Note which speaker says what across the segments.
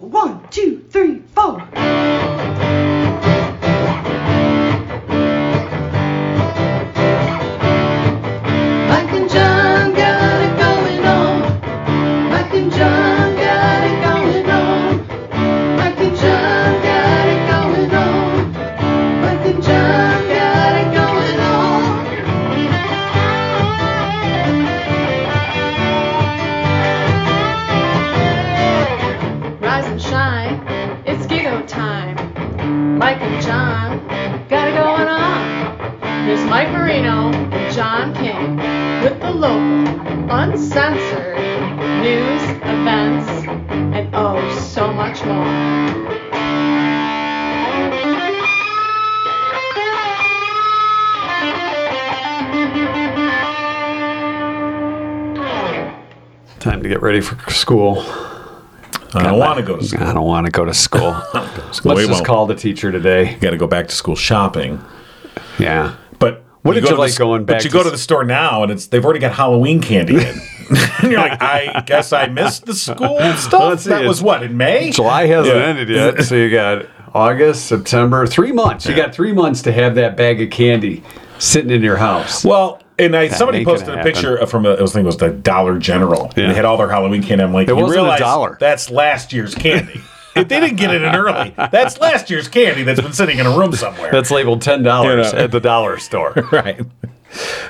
Speaker 1: One, two, three, four. Mike and John got it going on. Mike and John got it going on. Mike and John got it going on. Mike and John got it going on. Rise and shine, it's Gigo time. Mike and John got it going on. Here's Mike Marino and John King with the local, uncensored news, events, and oh, so much more.
Speaker 2: Time to get ready for school.
Speaker 3: I don't want to go to school.
Speaker 2: I don't want to go to school. Let's
Speaker 3: We
Speaker 2: just
Speaker 3: won't.
Speaker 2: call the teacher today.
Speaker 3: You got to go back to school shopping.
Speaker 2: Yeah.
Speaker 3: But
Speaker 2: What did
Speaker 3: go
Speaker 2: you
Speaker 3: to the
Speaker 2: like
Speaker 3: s-
Speaker 2: going back
Speaker 3: But you
Speaker 2: to
Speaker 3: go to
Speaker 2: s-
Speaker 3: the store now, and it's they've already got Halloween candy in. and you're like, I guess I missed the school stuff.
Speaker 2: Let's see,
Speaker 3: that was
Speaker 2: it's-
Speaker 3: what in May.
Speaker 2: July hasn't
Speaker 3: Yeah.
Speaker 2: ended yet, so you got August, September, three months. You got three months to have that bag of candy sitting in your house.
Speaker 3: Well, and I somebody
Speaker 2: ain't gonna
Speaker 3: posted a
Speaker 2: happen.
Speaker 3: picture from a, I was thinking it was the Dollar General.
Speaker 2: Yeah.
Speaker 3: And they had all their Halloween candy. I'm like,
Speaker 2: It
Speaker 3: you
Speaker 2: wasn't a
Speaker 3: realize
Speaker 2: dollar.
Speaker 3: that's last year's candy. if they didn't get it in early, that's last year's candy that's been sitting in a room somewhere.
Speaker 2: That's labeled ten dollars
Speaker 3: You know.
Speaker 2: at the dollar store.
Speaker 3: right.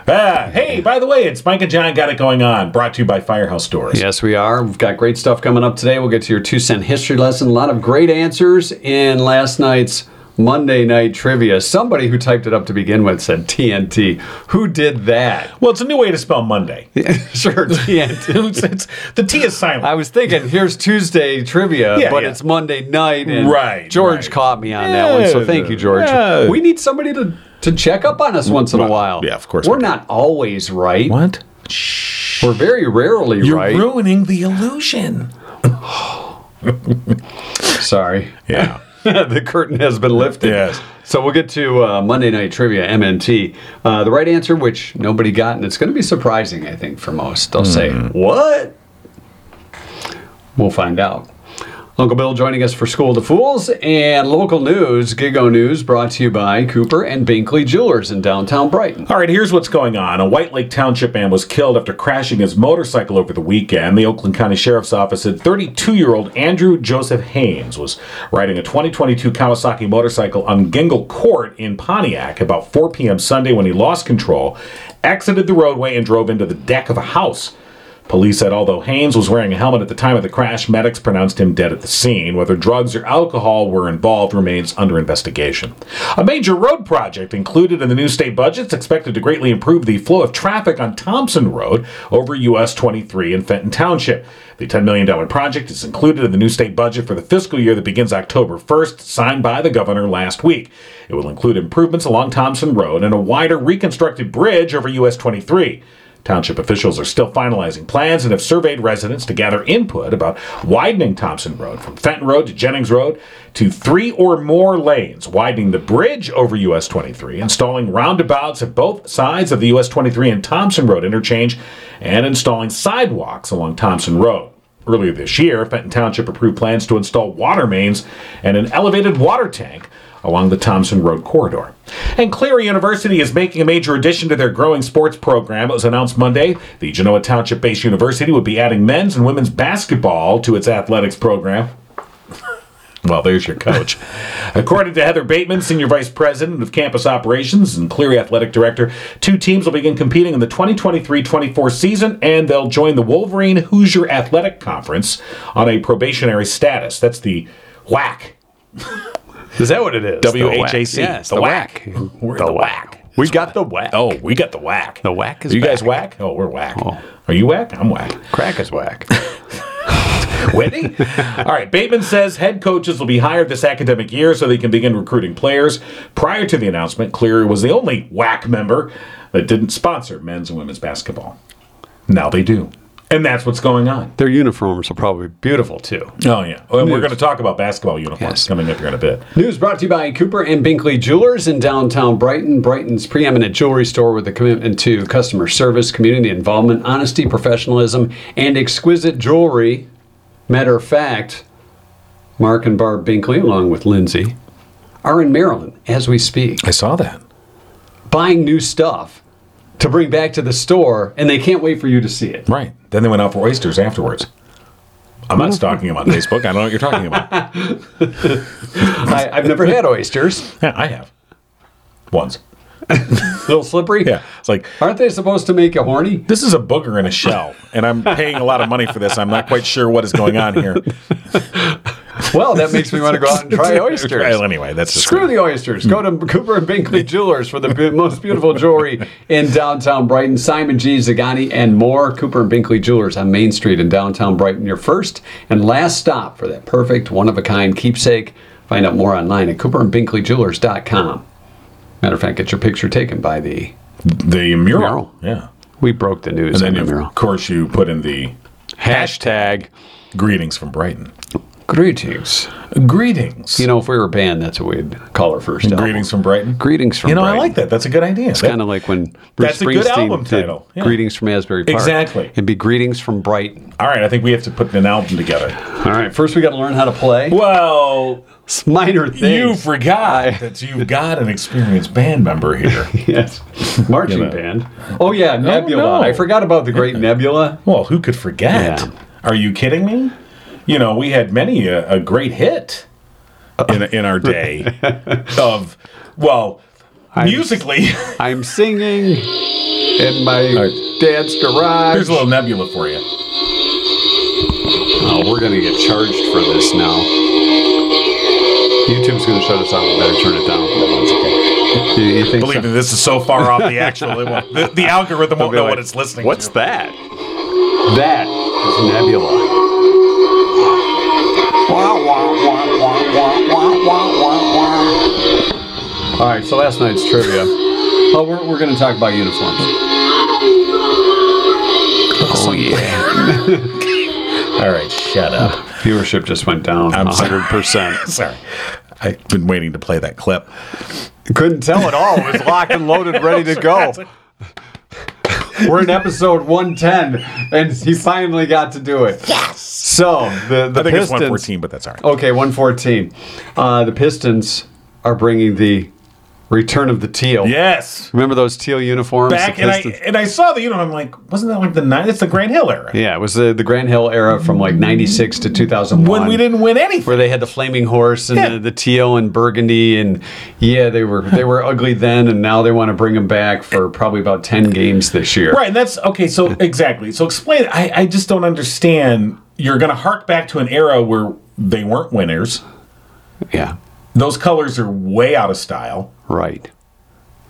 Speaker 3: Ah, hey, by the way, it's Mike and John got it going on. Brought to you by Firehouse Stores.
Speaker 2: Yes, we are. We've got great stuff coming up today. We'll get to your two cent history lesson. A lot of great answers in last night's Monday night trivia. Somebody who typed it up to begin with said TNT. Who did that?
Speaker 3: Well, it's a new way to spell Monday.
Speaker 2: sure, TNT.
Speaker 3: It's- it's- the T is silent.
Speaker 2: I was thinking, here's Tuesday trivia,
Speaker 3: Yeah,
Speaker 2: but
Speaker 3: yeah.
Speaker 2: it's Monday night. And
Speaker 3: Right,
Speaker 2: George
Speaker 3: right.
Speaker 2: caught me on that one, so thank you, George.
Speaker 3: Yeah.
Speaker 2: We need somebody to, to check up on us once in a
Speaker 3: Well,
Speaker 2: while.
Speaker 3: yeah, of course
Speaker 2: We're
Speaker 3: we do.
Speaker 2: not always right.
Speaker 3: what?
Speaker 2: We're very rarely
Speaker 3: You're
Speaker 2: right.
Speaker 3: ruining the illusion.
Speaker 2: Sorry.
Speaker 3: Yeah.
Speaker 2: the curtain has been lifted.
Speaker 3: Yes.
Speaker 2: So we'll get to uh, Monday Night Trivia, MNT. Uh, the right answer, which nobody got, and it's going to be surprising, I think, for most. They'll say,
Speaker 3: Hmm.
Speaker 2: What? We'll find out. Uncle Bill joining us for School of the Fools and local news, Gigo News, brought to you by Cooper and Binkley Jewelers in downtown Brighton.
Speaker 3: All right, here's what's going on. A White Lake Township man was killed after crashing his motorcycle over the weekend. The Oakland County Sheriff's Office said 32 year old Andrew Joseph Haynes was riding a 2022 Kawasaki motorcycle on Gingle Court in Pontiac about 4 p.m. Sunday when he lost control, exited the roadway, and drove into the deck of a house. Police said although Haynes was wearing a helmet at the time of the crash, medics pronounced him dead at the scene. Whether drugs or alcohol were involved remains under investigation. A major road project included in the new state budget is expected to greatly improve the flow of traffic on Thompson Road over US 23 in Fenton Township. The $10 million project is included in the new state budget for the fiscal year that begins October 1st, signed by the governor last week. It will include improvements along Thompson Road and a wider reconstructed bridge over US 23. Township officials are still finalizing plans and have surveyed residents to gather input about widening Thompson Road from Fenton Road to Jennings Road to three or more lanes, widening the bridge over US 23, installing roundabouts at both sides of the US 23 and Thompson Road interchange, and installing sidewalks along Thompson Road. Earlier this year, Fenton Township approved plans to install water mains and an elevated water tank along the Thompson Road corridor. And Clear University is making a major addition to their growing sports program. It was announced Monday the Genoa Township based university would be adding men's and women's basketball to its athletics program. Well, there's your coach. According to Heather Bateman, Senior Vice President of Campus Operations and Cleary Athletic Director, two teams will begin competing in the 2023 24 season and they'll join the Wolverine Hoosier Athletic Conference on a probationary status. That's the WAC.
Speaker 2: Is that what it is?
Speaker 3: W H A C.
Speaker 2: Yes,
Speaker 3: The
Speaker 2: the
Speaker 3: whack.
Speaker 2: whack.
Speaker 3: We're the whack.
Speaker 2: We got the whack.
Speaker 3: Oh, we got the whack.
Speaker 2: The whack is
Speaker 3: Are you guys
Speaker 2: back.
Speaker 3: whack? Oh, we're whack. Are you whack? I'm whack.
Speaker 2: Crack is whack.
Speaker 3: Whitney? All right. Bateman says head coaches will be hired this academic year so they can begin recruiting players. Prior to the announcement, Cleary was the only whack member that didn't sponsor men's and women's basketball. Now they do. And that's what's going on.
Speaker 2: Their uniforms will probably be beautiful, too.
Speaker 3: Oh, yeah. And we're going to talk about basketball uniforms
Speaker 2: Yes.
Speaker 3: coming up here in a bit.
Speaker 2: News brought to you by Cooper and Binkley Jewelers in downtown Brighton, Brighton's preeminent jewelry store with a commitment to customer service, community involvement, honesty, professionalism, and exquisite jewelry. Matter of fact, Mark and Barb Binkley, along with Lindsay, are in Maryland as we speak,
Speaker 3: I saw that.
Speaker 2: buying new stuff to bring back to the store, and they can't wait for you to see it.
Speaker 3: Right. Then they went out for oysters afterwards. I'm not stalking him on Facebook. I don't know what you're talking about. yeah,
Speaker 2: I, I've never had oysters.
Speaker 3: I have. Once.
Speaker 2: A little slippery.
Speaker 3: Yeah. It's like,
Speaker 2: Aren't they supposed to make you horny?
Speaker 3: this is a booger in a shell, and I'm paying a lot of money for this. I'm not quite sure what is going on here.
Speaker 2: Well, that makes me want to go out and try oysters.
Speaker 3: Well, anyway, that's just
Speaker 2: Screw the oysters. Go to Cooper and Binkley Jewelers for the bu- most beautiful jewelry in downtown Brighton. Simon G. Zagani and more. Cooper and Binkley Jewelers on Main Street in downtown Brighton. Your first and last stop for that perfect, one of a kind keepsake. Find out more online at cooperandbinkleyjewelers.com. Matter of fact, get your picture taken by the.
Speaker 3: the mural.
Speaker 2: Mural.
Speaker 3: Yeah.
Speaker 2: We broke the news on
Speaker 3: And
Speaker 2: the
Speaker 3: then,
Speaker 2: mural.
Speaker 3: of course, you put in the
Speaker 2: Hashtag
Speaker 3: greetings from Brighton.
Speaker 2: greetings.
Speaker 3: Greetings.
Speaker 2: You know, if we were a band, that's what we'd call our first album.
Speaker 3: greetings from Brighton.
Speaker 2: Greetings from
Speaker 3: You know, I
Speaker 2: Brighton.
Speaker 3: like that. That's a good idea. That-
Speaker 2: kind of like when Bruce
Speaker 3: That's a
Speaker 2: Springsteen
Speaker 3: good album
Speaker 2: did
Speaker 3: title, yeah.
Speaker 2: "Greetings from Asbury Park."
Speaker 3: Exactly.
Speaker 2: It'd be "Greetings from Brighton."
Speaker 3: all right, I think we have to put an album together.
Speaker 2: All right, first we got to learn how to play.
Speaker 3: Well,
Speaker 2: It's minor things.
Speaker 3: you forgot that you've got an experienced band member here.
Speaker 2: yes, marching
Speaker 3: You know.
Speaker 2: band. Oh yeah, Nebula.
Speaker 3: no.
Speaker 2: I forgot about the great Nebula.
Speaker 3: Well, who could forget?
Speaker 2: Yeah.
Speaker 3: Are you kidding me? You know, we had many a, a great hit in, in our day of, well, musically.
Speaker 2: I'm singing in my dad's
Speaker 3: Here's
Speaker 2: garage.
Speaker 3: a little nebula for you.
Speaker 2: Oh, we're gonna get charged for this now. YouTube's gonna shut us off. We better turn it down. You, you think
Speaker 3: Believe
Speaker 2: so?
Speaker 3: me, this is so far off the actual. It won't, the, the algorithm won't
Speaker 2: be
Speaker 3: know
Speaker 2: like,
Speaker 3: what it's listening
Speaker 2: What's
Speaker 3: to.
Speaker 2: that? That is Nebula. All right, so last night's trivia. Oh, we're, we're going to talk about uniforms. Oh, yeah.
Speaker 3: All right, shut up.
Speaker 2: Viewership just went down
Speaker 3: I'm sorry.
Speaker 2: 100%.
Speaker 3: Sorry. I've been waiting to play that clip.
Speaker 2: Couldn't tell at all. It was locked and loaded, ready to go. We're in episode 110, and he finally got to do it. Yes. So, the, the
Speaker 3: I think it's
Speaker 2: Pistons.
Speaker 3: 114, but that's all right.
Speaker 2: Okay, 114. Uh, the Pistons are bringing the return of the teal.
Speaker 3: Yes.
Speaker 2: Remember those teal uniforms? the
Speaker 3: Back and I
Speaker 2: Pistons-
Speaker 3: and I saw the you know I'm like wasn't that like the nine? It's the Grand Hill era
Speaker 2: yeah, it was the, the Grand Hill era from like 96 to 2001.
Speaker 3: when we didn't win anything.
Speaker 2: Where they had the flaming horse and
Speaker 3: Yeah.
Speaker 2: the, the teal and burgundy and yeah they were they were ugly then and now they want to bring them back for probably about ten games this year.
Speaker 3: Right, and that's okay. So exactly. So explain. I, I just don't understand. You're going to hark back to an era where they weren't winners.
Speaker 2: Yeah.
Speaker 3: Those colors are way out of style,
Speaker 2: Right.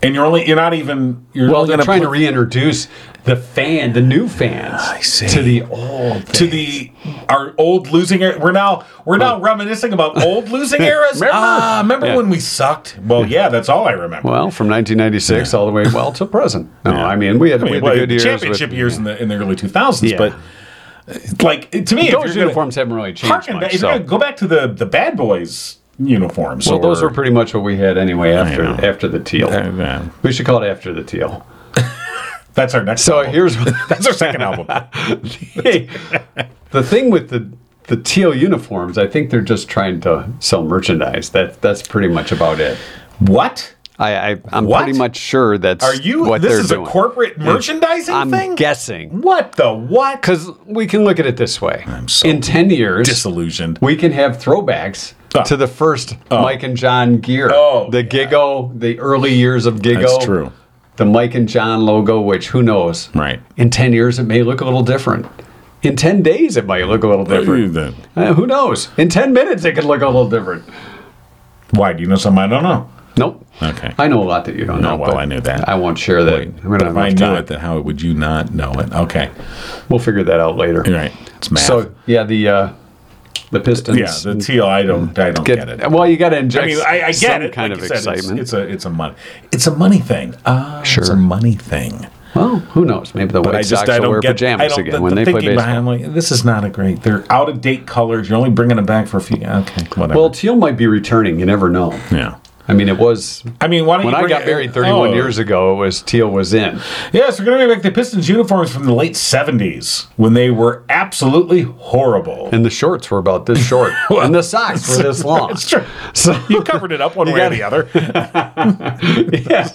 Speaker 3: and you're only you're not even you're
Speaker 2: Well,
Speaker 3: only
Speaker 2: they're
Speaker 3: gonna
Speaker 2: trying
Speaker 3: put-
Speaker 2: to reintroduce the fan, the new fans,
Speaker 3: see.
Speaker 2: to the old
Speaker 3: to the our old losing era. We're now we're now reminiscing about old losing eras.
Speaker 2: Remember?
Speaker 3: Ah, remember
Speaker 2: Yeah.
Speaker 3: when we sucked? Well, yeah, that's all I remember.
Speaker 2: Well, from 1996 all the way well till present. No, I mean we had,
Speaker 3: I mean,
Speaker 2: we had
Speaker 3: well,
Speaker 2: the good years.
Speaker 3: championship
Speaker 2: with,
Speaker 3: years in the in the early 2000s,
Speaker 2: Yeah.
Speaker 3: but like to me, if you're
Speaker 2: Those
Speaker 3: gonna-
Speaker 2: uniforms haven't really changed
Speaker 3: harken back,
Speaker 2: much.
Speaker 3: if
Speaker 2: so-
Speaker 3: you're gonna go back to the the bad boys uniforms.
Speaker 2: Well,
Speaker 3: or-
Speaker 2: those were pretty much what we had anyway after
Speaker 3: know.
Speaker 2: after the teal.
Speaker 3: Uh, yeah.
Speaker 2: We should call it after the teal.
Speaker 3: That's our next.
Speaker 2: So
Speaker 3: album.
Speaker 2: here's
Speaker 3: Oh. that's our second album.
Speaker 2: the thing with the the teal uniforms. I think they're just trying to sell merchandise. That that's pretty much about it.
Speaker 3: What
Speaker 2: I, I I'm
Speaker 3: What?
Speaker 2: pretty much sure that's
Speaker 3: are you?
Speaker 2: What
Speaker 3: this
Speaker 2: they're
Speaker 3: is
Speaker 2: doing.
Speaker 3: a corporate merchandising
Speaker 2: I'm
Speaker 3: thing.
Speaker 2: guessing
Speaker 3: what the what?
Speaker 2: because we can look at it this way. I'm
Speaker 3: so
Speaker 2: In ten years,
Speaker 3: disillusioned.
Speaker 2: we can have throwbacks
Speaker 3: Oh.
Speaker 2: to the first Mike and John gear.
Speaker 3: Oh,
Speaker 2: the
Speaker 3: yeah.
Speaker 2: Gigo, the early years of Gigo.
Speaker 3: That's true.
Speaker 2: The Mike and John logo, which who knows?
Speaker 3: Right.
Speaker 2: In 10 years, it may look a little different. In 10 days, it might look a little different. Uh, who knows? In 10 minutes, it could look a little different.
Speaker 3: Why do you know something I don't know?
Speaker 2: Nope.
Speaker 3: Okay.
Speaker 2: I know a lot that you don't
Speaker 3: No,
Speaker 2: know.
Speaker 3: well,
Speaker 2: but
Speaker 3: I knew that.
Speaker 2: I won't share that.
Speaker 3: Wait,
Speaker 2: I'm gonna
Speaker 3: if I
Speaker 2: have
Speaker 3: knew
Speaker 2: time.
Speaker 3: it, then how would you not know it? Okay,
Speaker 2: We'll figure that out later.
Speaker 3: you're right. It's math.
Speaker 2: So, yeah, the uh, the Pistons.
Speaker 3: yeah, the teal. I don't. I don't get, it.
Speaker 2: Well, you got to inject
Speaker 3: I mean, I, I get
Speaker 2: some
Speaker 3: it.
Speaker 2: kind
Speaker 3: like
Speaker 2: of
Speaker 3: you said, it's-
Speaker 2: excitement.
Speaker 3: It's, a. It's a money. It's a money thing. Ah, It's
Speaker 2: Sure.
Speaker 3: a money thing.
Speaker 2: Well, who knows? Maybe the
Speaker 3: But
Speaker 2: White
Speaker 3: I just
Speaker 2: Sox
Speaker 3: I
Speaker 2: will
Speaker 3: don't
Speaker 2: wear
Speaker 3: get. I
Speaker 2: pajamas
Speaker 3: don't,
Speaker 2: again
Speaker 3: the,
Speaker 2: when
Speaker 3: the
Speaker 2: they play
Speaker 3: thinking
Speaker 2: baseball.
Speaker 3: behind, like, this is not a great. They're out of date colors. You're only bringing them back for a few. Okay, whatever.
Speaker 2: Well, teal might be returning. You never know.
Speaker 3: yeah.
Speaker 2: I mean, it was
Speaker 3: I mean, why don't
Speaker 2: when
Speaker 3: you
Speaker 2: I
Speaker 3: bring
Speaker 2: got
Speaker 3: it-
Speaker 2: married 31
Speaker 3: oh.
Speaker 2: years ago. It was Teal was in.
Speaker 3: Yes, we're going to make the Pistons uniforms from the late 70s when they were absolutely horrible.
Speaker 2: and the shorts were about this short, and the socks were this long.
Speaker 3: That's true.
Speaker 2: So
Speaker 3: You covered it up one way or the other.
Speaker 2: yeah,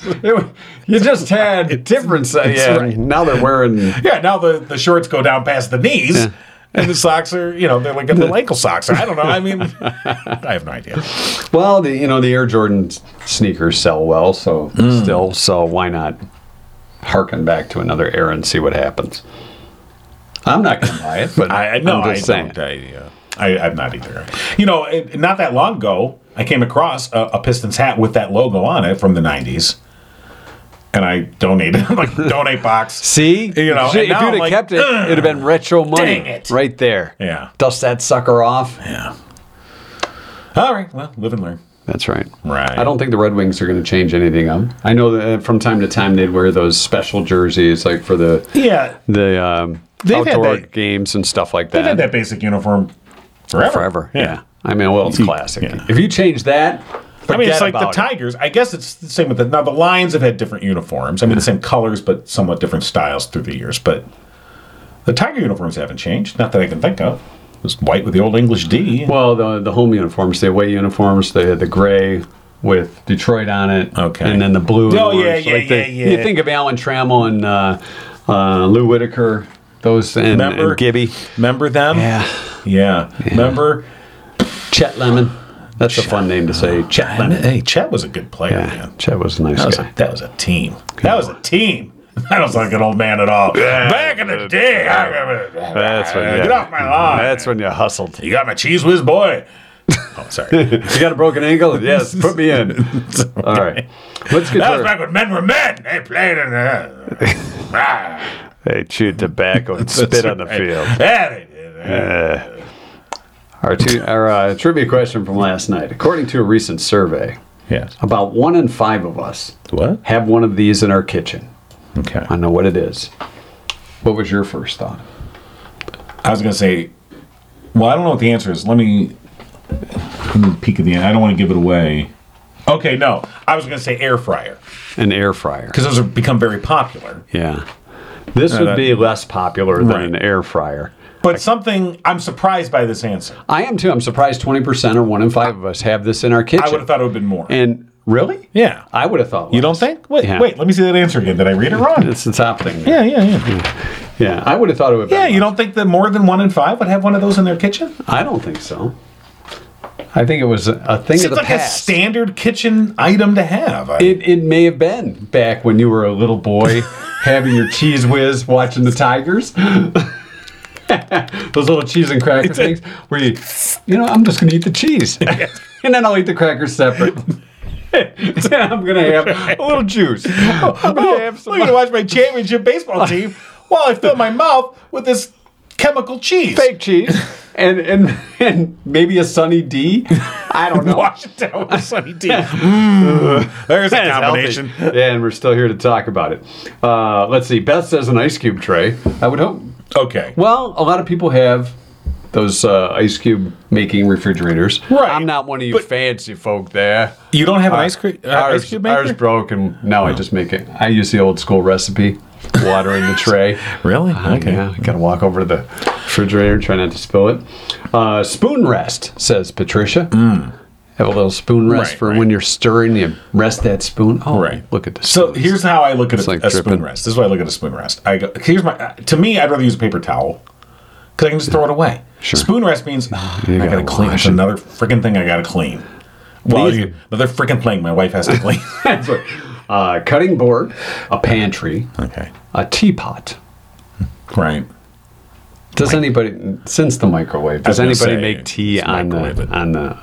Speaker 2: it wa- you just had different. si- yeah,
Speaker 3: right.
Speaker 2: now they're wearing.
Speaker 3: Yeah, now the, the shorts go down past the knees. And the socks are, you know, they're like little ankle socks. I don't know. I mean, I have no idea.
Speaker 2: Well, the you know the Air Jordan sneakers sell well, so
Speaker 3: Mm.
Speaker 2: still, so why not harken back to another era and see what happens? I'm not going to buy it, but
Speaker 3: I, I no,
Speaker 2: am
Speaker 3: I
Speaker 2: just saying.
Speaker 3: don't. I, uh, I, I'm not either. You know, it, not that long ago, I came across a, a Pistons hat with that logo on it from the '90s, and I donated. I'm like, donate box.
Speaker 2: See,
Speaker 3: You know,
Speaker 2: Shit, if
Speaker 3: and
Speaker 2: you'd
Speaker 3: now I'm
Speaker 2: have
Speaker 3: like,
Speaker 2: kept it, it'd have been retro money
Speaker 3: dang it.
Speaker 2: right there.
Speaker 3: Yeah.
Speaker 2: dust that sucker off.
Speaker 3: Yeah. All right. Well, live and learn.
Speaker 2: That's right.
Speaker 3: Right.
Speaker 2: I don't think the Red Wings are going to change anything up. I know that uh, from time to time they'd wear those special jerseys, like for the
Speaker 3: Yeah,
Speaker 2: the um,
Speaker 3: They've had
Speaker 2: outdoor
Speaker 3: that-
Speaker 2: games and stuff like
Speaker 3: they've
Speaker 2: that.
Speaker 3: had that basic uniform forever.
Speaker 2: forever. Yeah. I mean, well, it's classic. If you change that,
Speaker 3: I mean, it's
Speaker 2: forget
Speaker 3: like the
Speaker 2: about it.
Speaker 3: Tigers. I guess it's the same with the now. The Lions have had different uniforms. I mean, the same colors, but somewhat different styles through the years. But the Tiger uniforms haven't changed. Not that I can think of. It was white with the old English D.
Speaker 2: Well, the the home uniforms, the away uniforms, the the gray with Detroit on it.
Speaker 3: Okay.
Speaker 2: And then the blue. and
Speaker 3: Oh,
Speaker 2: orange,
Speaker 3: yeah, yeah,
Speaker 2: the-
Speaker 3: yeah, yeah.
Speaker 2: You think of Alan Trammell and uh, uh, Lou Whitaker, those and,
Speaker 3: Remember?
Speaker 2: and Gibby,
Speaker 3: Remember them?
Speaker 2: Yeah.
Speaker 3: Yeah. Remember?
Speaker 2: Chet Lemon. That's a fun name to
Speaker 3: Ah,
Speaker 2: say, Chet
Speaker 3: And,
Speaker 2: Lemon.
Speaker 3: hey, Chet was a good player,
Speaker 2: Yeah,
Speaker 3: man.
Speaker 2: Chet was a nice
Speaker 3: That was
Speaker 2: guy.
Speaker 3: a, that was a team. That was a team. I don't sound like an old man at all. Back in the day, I remember.
Speaker 2: That's when
Speaker 3: Ah, Get
Speaker 2: you-
Speaker 3: off my lawn.
Speaker 2: That's when you hustled.
Speaker 3: you got my cheese whiz boy. Oh, sorry.
Speaker 2: You got a broken ankle? Yes, put me in. All right. Let's get
Speaker 3: That was
Speaker 2: to our-
Speaker 3: back when men were men. They played in the. Ah.
Speaker 2: They chewed tobacco and spit on the field.
Speaker 3: Yeah, they did. Yeah.
Speaker 2: Uh, Our, two, our uh, trivia question from last night. According to a recent survey,
Speaker 3: Yes.
Speaker 2: about one in five of us
Speaker 3: What?
Speaker 2: have one of these in our kitchen.
Speaker 3: Okay.
Speaker 2: I don't know what it is. What was your first thought?
Speaker 3: I was going to say, well, I don't know what the answer is. Let me, let me peek at the end. I don't want to give it away. Okay, no. I was going to say air fryer
Speaker 2: An air fryer.
Speaker 3: because those have become very popular.
Speaker 2: Yeah. This would
Speaker 3: that-
Speaker 2: be less popular than
Speaker 3: Right.
Speaker 2: an air fryer.
Speaker 3: But something, I'm surprised by this answer.
Speaker 2: I am too. I'm surprised 20% or one in five of us have this in our kitchen.
Speaker 3: I would have thought it would have been more.
Speaker 2: And really?
Speaker 3: yeah.
Speaker 2: I would have thought.
Speaker 3: You
Speaker 2: less.
Speaker 3: don't think? Wait,
Speaker 2: Yeah.
Speaker 3: wait. Let me see that answer again. Did I read it wrong?
Speaker 2: It's the top thing.
Speaker 3: yeah, yeah, yeah.
Speaker 2: Yeah, I would have thought it would.
Speaker 3: Yeah, you
Speaker 2: know.
Speaker 3: don't think that more than one in five would have one of those in their kitchen?
Speaker 2: I don't think so. I think it was a- a thing of
Speaker 3: Seems
Speaker 2: the
Speaker 3: like
Speaker 2: past.
Speaker 3: a standard kitchen item to have. I-
Speaker 2: it, it may have been back when you were a little boy having your cheese whiz watching the Tigers. Those little cheese and cracker things where you, you know, I'm just going to eat the cheese. and then I'll eat the crackers separate. and I'm going to have a little juice. I'm going
Speaker 3: oh,
Speaker 2: to have
Speaker 3: I'm going
Speaker 2: some
Speaker 3: to watch my championship baseball team while I fill my mouth with this chemical cheese.
Speaker 2: fake cheese. And, and and maybe a Sunny D. I don't know.
Speaker 3: Wash it down with sunny tea. Mm. there's a
Speaker 2: It's
Speaker 3: combination.
Speaker 2: healthy. Yeah, and we're still here to talk about it. Uh, let's see. Beth says an ice cube tray. I would hope.
Speaker 3: Okay.
Speaker 2: Well, a lot of people have those uh, ice cube making refrigerators.
Speaker 3: Right.
Speaker 2: I'm not one of you
Speaker 3: But-
Speaker 2: fancy folk there.
Speaker 3: You don't have an ice, cre- uh,
Speaker 2: ours,
Speaker 3: ice cube maker?
Speaker 2: ours broke, and now I just make it. I use the old school recipe. Water in the tray.
Speaker 3: really? Okay.
Speaker 2: Yeah, gotta walk over to the refrigerator, try not to spill it. Uh, spoon rest, says Patricia. Have a little spoon rest
Speaker 3: Mm. Right,
Speaker 2: for
Speaker 3: right.
Speaker 2: when you're stirring. You rest that spoon. Oh,
Speaker 3: Right.
Speaker 2: Look at this.
Speaker 3: So here's how I look at a,
Speaker 2: like
Speaker 3: a
Speaker 2: dripping.
Speaker 3: spoon rest. This is why I look at a spoon rest. I go, here's my. uh, To me, I'd rather use a paper towel because I can just throw it away.
Speaker 2: Sure.
Speaker 3: Spoon rest means I gotta,
Speaker 2: gotta
Speaker 3: clean.
Speaker 2: wash
Speaker 3: It's
Speaker 2: it.
Speaker 3: another freaking thing I gotta clean. Well,
Speaker 2: These-
Speaker 3: you- another freaking thing my wife has to clean.
Speaker 2: uh, cutting board, a pantry,
Speaker 3: okay.
Speaker 2: a teapot.
Speaker 3: Right.
Speaker 2: Does anybody since the microwave? Does
Speaker 3: was gonna
Speaker 2: anybody
Speaker 3: say,
Speaker 2: make tea
Speaker 3: just
Speaker 2: on
Speaker 3: microwave
Speaker 2: the
Speaker 3: it.
Speaker 2: on the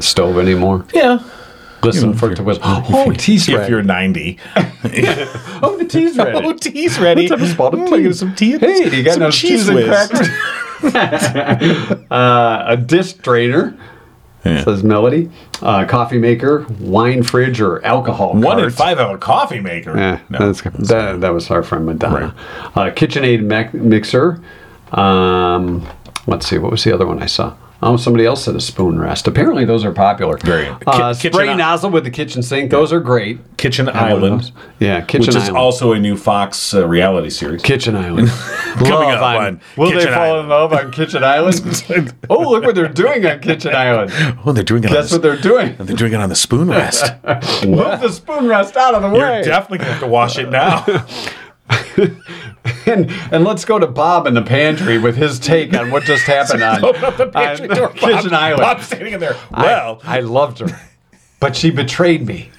Speaker 2: stove anymore?
Speaker 3: Yeah.
Speaker 2: Listen for it to whisper. Oh, tea's
Speaker 3: If you're
Speaker 2: ready.
Speaker 3: 90.
Speaker 2: Oh, the tea's ready.
Speaker 3: oh, tea's ready.
Speaker 2: Let's have a spot of
Speaker 3: Oh,
Speaker 2: tea.
Speaker 3: get some tea. and
Speaker 2: Hey, you got
Speaker 3: some
Speaker 2: enough cheese and
Speaker 3: whiz.
Speaker 2: crackers?
Speaker 3: Oh,
Speaker 2: uh, a dish drainer.
Speaker 3: Yeah.
Speaker 2: Says Melody. Uh, coffee maker, wine fridge, or alcohol.
Speaker 3: One in
Speaker 2: carts.
Speaker 3: five of a coffee maker.
Speaker 2: Yeah,
Speaker 3: No.
Speaker 2: that's, that, that was our friend Madonna. Uh, KitchenAid mac- mixer. Um, let's see, what was the other one I saw? Oh, somebody else said a spoon rest. Apparently, those are popular.
Speaker 3: Very.
Speaker 2: Uh,
Speaker 3: Ki- kitchen
Speaker 2: spray
Speaker 3: i-
Speaker 2: nozzle with the kitchen sink. Those are great.
Speaker 3: Kitchen
Speaker 2: I love
Speaker 3: Island,
Speaker 2: those. Yeah, kitchen
Speaker 3: which is
Speaker 2: island.
Speaker 3: also a new Fox uh, reality series.
Speaker 2: kitchen island. Coming
Speaker 3: up on
Speaker 2: Will they
Speaker 3: Kitchen
Speaker 2: fall
Speaker 3: Island.
Speaker 2: in love on Kitchen Island? oh, look what they're doing on Kitchen Island.
Speaker 3: Oh, they're doing it.
Speaker 2: That's
Speaker 3: on
Speaker 2: what they're doing.
Speaker 3: they're doing it on the spoon rest.
Speaker 2: Move the spoon rest out of the
Speaker 3: You're
Speaker 2: way.
Speaker 3: definitely gonna have to wash it now.
Speaker 2: and, and let's go to Bob in the pantry with his take on what just happened on,
Speaker 3: Open up the pantry
Speaker 2: on
Speaker 3: door, Bob.
Speaker 2: Kitchen Island.
Speaker 3: Bob's standing in there.
Speaker 2: I-
Speaker 3: Well,
Speaker 2: I, loved her, but she betrayed me.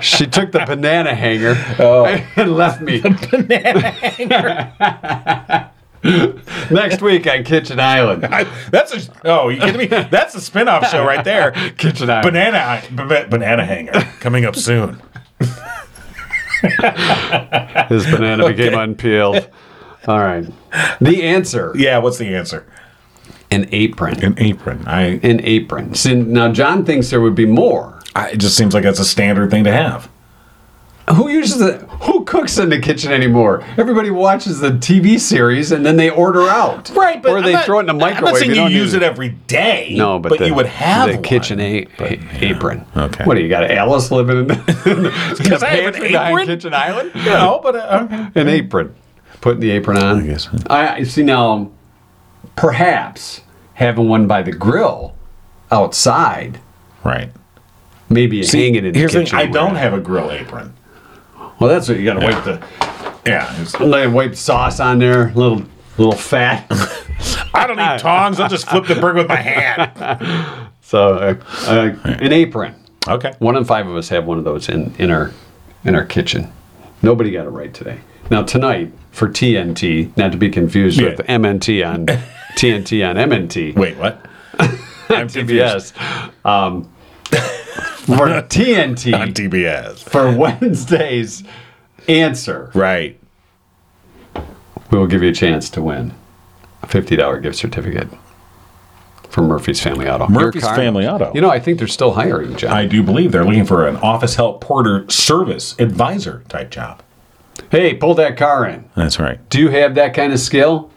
Speaker 2: she took the banana hanger and left me. Oh. banana hanger. Next week on Kitchen Island.
Speaker 3: I- that's a. Oh, you kidding me? That's a spin-off show right there.
Speaker 2: Kitchen Island.
Speaker 3: Banana, b- banana hanger coming up soon.
Speaker 2: His banana became unpeeled. All right. The answer
Speaker 3: Yeah, what's the answer?
Speaker 2: an apron.
Speaker 3: An apron. I.
Speaker 2: An apron. See, now, John thinks there would be more.
Speaker 3: I it just seems like that's a standard thing to have.
Speaker 2: Who uses it? Who cooks in the kitchen anymore? Everybody watches the TV series and then they order out. Or
Speaker 3: I'm
Speaker 2: they
Speaker 3: not-
Speaker 2: throw it in the microwave.
Speaker 3: I'm not saying
Speaker 2: You
Speaker 3: you,
Speaker 2: don't
Speaker 3: use it every day.
Speaker 2: No, but, the,
Speaker 3: you would have
Speaker 2: the
Speaker 3: one.
Speaker 2: kitchen a- a- apron.
Speaker 3: Okay.
Speaker 2: What do you got? Alice living in the, in the
Speaker 3: I have an
Speaker 2: pantry behind
Speaker 3: apron?
Speaker 2: kitchen island?
Speaker 3: No, but uh, okay.
Speaker 2: An apron. Putting the apron on. I
Speaker 3: guess.
Speaker 2: I, see now. Perhaps having one by the grill outside,
Speaker 3: right.
Speaker 2: maybe hanging in the
Speaker 3: Here's the
Speaker 2: kitchen.
Speaker 3: thing: I don't
Speaker 2: where-
Speaker 3: have a grill apron.
Speaker 2: Well, that's what you got to
Speaker 3: Yeah.
Speaker 2: wipe the
Speaker 3: Yeah, it's-
Speaker 2: lay wipe sauce on there. Little little fat.
Speaker 3: I don't need tongs. I'll just flip the burger with my hand.
Speaker 2: so uh, uh, an apron.
Speaker 3: Okay.
Speaker 2: One in five of us have one of those in, in our in our kitchen. Nobody got it right today. Now tonight for TNT, not to be confused
Speaker 3: Yeah.
Speaker 2: with MNT on TNT on MNT.
Speaker 3: Wait, what? I'm confused.
Speaker 2: Yes. Um, for
Speaker 3: On
Speaker 2: TNT
Speaker 3: TBS.
Speaker 2: for Wednesday's answer,
Speaker 3: Right.
Speaker 2: we will give you a chance to win a fifty dollar gift certificate from Murphy's Family Auto. Your
Speaker 3: Murphy's
Speaker 2: car-
Speaker 3: Family Auto.
Speaker 2: You know, I think they're still hiring, John.
Speaker 3: I do believe they're looking for an office help porter service advisor type job.
Speaker 2: hey, pull that car in.
Speaker 3: That's right.
Speaker 2: Do you have that kind of skill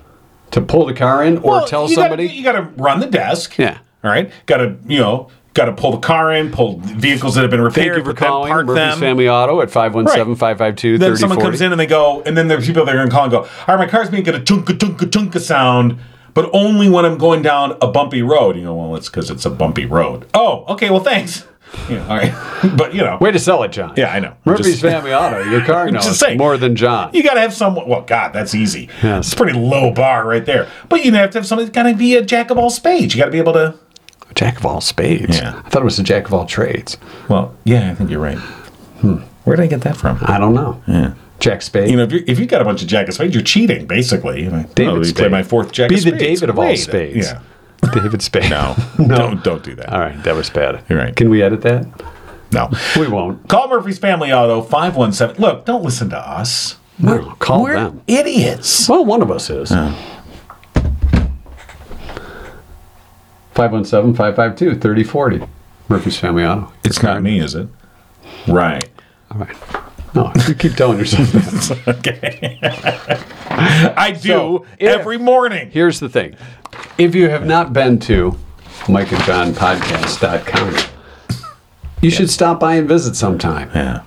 Speaker 2: to pull the car in or tell somebody?
Speaker 3: you got to run the desk.
Speaker 2: Yeah.
Speaker 3: All right. Got to you know got to pull the car in, pull vehicles that have been repaired,
Speaker 2: Thank you for
Speaker 3: put them-
Speaker 2: calling
Speaker 3: park
Speaker 2: Murphy's
Speaker 3: them.
Speaker 2: Family Auto at 517 552
Speaker 3: Then someone comes
Speaker 2: 3040.
Speaker 3: in and they go, and then there's people that are going to call and go, all right, my car's making a chunka chunka chunka sound, but only when I'm going down a bumpy road. You know, well, it's because it's a bumpy road. Oh, okay, well, thanks. You know, all right. but, you know,
Speaker 2: Way to sell it, John.
Speaker 3: yeah, I know. I'm
Speaker 2: Murphy's
Speaker 3: just-
Speaker 2: Family Auto, your car knows
Speaker 3: Just saying.
Speaker 2: more than John.
Speaker 3: You gotta have someone. Well, God, that's easy.
Speaker 2: Yes.
Speaker 3: It's a pretty low bar right there. But you have to have somebody that's gotta be a jack of all spades. You gotta be able to.
Speaker 2: Jack of all spades.
Speaker 3: Yeah.
Speaker 2: I thought it was a jack of all trades.
Speaker 3: Well, yeah, I think you're right. Hmm. Where did I get that from?
Speaker 2: I don't know. Jack Spade.
Speaker 3: You know, if you if you got a bunch of jack of spades, you're cheating basically. You know,
Speaker 2: David
Speaker 3: oh, you
Speaker 2: Spade.
Speaker 3: played my fourth jack.
Speaker 2: Be
Speaker 3: of
Speaker 2: the
Speaker 3: spades.
Speaker 2: David of all
Speaker 3: Wait.
Speaker 2: spades.
Speaker 3: Yeah.
Speaker 2: David Spade.
Speaker 3: No, Don't don't do that.
Speaker 2: All right, that was bad.
Speaker 3: You're right.
Speaker 2: Can we edit that?
Speaker 3: No.
Speaker 2: We won't.
Speaker 3: Call Murphy's Family Auto 517. Look, don't listen to us.
Speaker 2: No, call
Speaker 3: We're
Speaker 2: them.
Speaker 3: idiots.
Speaker 2: Well, one of us is. 517 552 3040. Murphy's Family Auto.
Speaker 3: It's not me, is it? Right.
Speaker 2: All right. No, you keep telling yourself that.
Speaker 3: okay. I do
Speaker 2: So, if-
Speaker 3: every morning.
Speaker 2: Here's the thing if you have not been to mikeandjohnpodcast.com, you should stop by and visit sometime.
Speaker 3: Yeah.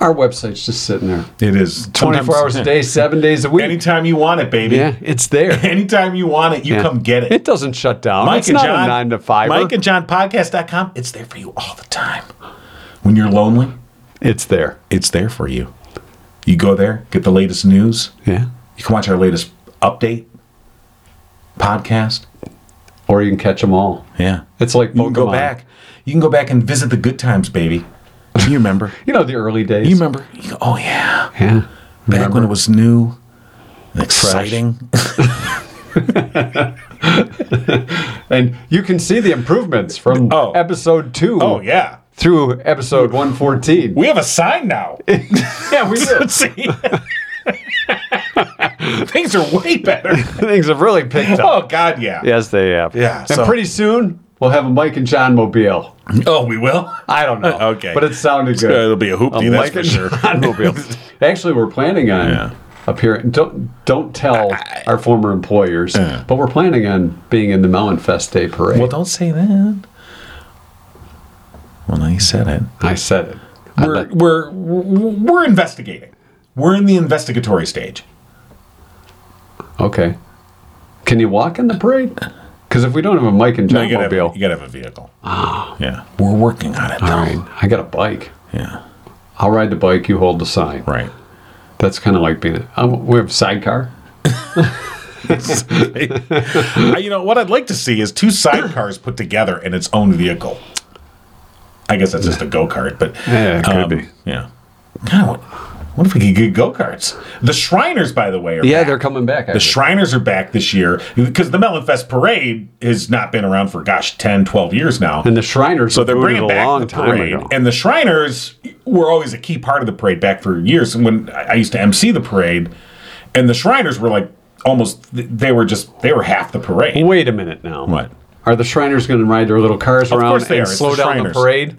Speaker 2: Our website's just sitting there
Speaker 3: It is
Speaker 2: 24 hours
Speaker 3: sometimes-
Speaker 2: a day, seven days a week.
Speaker 3: Anytime you want it, baby.
Speaker 2: yeah, it's there.
Speaker 3: Anytime you want it, you
Speaker 2: Yeah.
Speaker 3: come get it.
Speaker 2: It doesn't shut down. it's not a nine to five.
Speaker 3: Mike and John podcast.com. It's there for you all the time. When you're lonely,
Speaker 2: it's there.
Speaker 3: it's there for you. You go there, get the latest news.
Speaker 2: Yeah.
Speaker 3: You can watch our latest update podcast.
Speaker 2: Or you can catch them all.
Speaker 3: Yeah.
Speaker 2: It's like
Speaker 3: You can go
Speaker 2: Pokemon.
Speaker 3: back. You can go back and visit the good times, baby. You remember?
Speaker 2: You know the early days.
Speaker 3: You remember? You go, oh yeah.
Speaker 2: Yeah.
Speaker 3: Back when it was new and exciting.
Speaker 2: And you can see the improvements from
Speaker 3: Oh.
Speaker 2: episode two
Speaker 3: yeah.
Speaker 2: through episode 114.
Speaker 3: We have a sign now.
Speaker 2: yeah, we do.
Speaker 3: Let's see. Things are way better.
Speaker 2: Things have really picked up.
Speaker 3: Oh God, yeah.
Speaker 2: Yes, they have.
Speaker 3: Yeah,
Speaker 2: And
Speaker 3: so-
Speaker 2: pretty soon, we'll have a Mike and John mobile.
Speaker 3: Oh, we will.
Speaker 2: I don't know.
Speaker 3: Okay.
Speaker 2: But it sounded
Speaker 3: Uh,
Speaker 2: good.
Speaker 3: be a hoopty,
Speaker 2: Mike and John mobile. Actually, we're planning on
Speaker 3: Yeah.
Speaker 2: appearing. Don't don't tell our former employers, but we're planning on being in the Mountain Fest Day parade.
Speaker 3: Well, don't say that. Well, now you said it.
Speaker 2: I said it. I
Speaker 3: We're,
Speaker 2: bet-
Speaker 3: we're we're we're investigating. We're in the investigatory stage.
Speaker 2: okay. Can you walk in the parade? Because if we don't have a Mike and
Speaker 3: No,
Speaker 2: John
Speaker 3: you gotta
Speaker 2: mobile,
Speaker 3: have, you gotta have a vehicle.
Speaker 2: Ah.
Speaker 3: Yeah, we're working on it though.
Speaker 2: all right, I got a bike.
Speaker 3: Yeah,
Speaker 2: I'll ride the bike. You hold the sign.
Speaker 3: right.
Speaker 2: That's kind of like being. A, um, we have sidecar.
Speaker 3: I- you know what I'd like to see is two sidecars put together in its own vehicle. I guess that's just a go kart, but um,
Speaker 2: Yeah, it could be.
Speaker 3: Yeah. God, what, what if we could get go karts? The Shriners, by the way, are
Speaker 2: Yeah,
Speaker 3: back.
Speaker 2: they're coming back. I
Speaker 3: The
Speaker 2: heard.
Speaker 3: Shriners are back this year because the Melon Fest Parade has not been around for gosh 10, 12 years now.
Speaker 2: and the Shriners.
Speaker 3: So they're
Speaker 2: booted
Speaker 3: bringing back the parade, and the Shriners were always a key part of the parade back for years. And when I I used to MC the parade, and the Shriners were like almost they were just they were half the parade.
Speaker 2: Wait a minute now.
Speaker 3: What?
Speaker 2: Are the Shriners going to ride their little cars around
Speaker 3: course they
Speaker 2: and
Speaker 3: are. It's
Speaker 2: slow
Speaker 3: the
Speaker 2: down
Speaker 3: Shriners.
Speaker 2: the parade?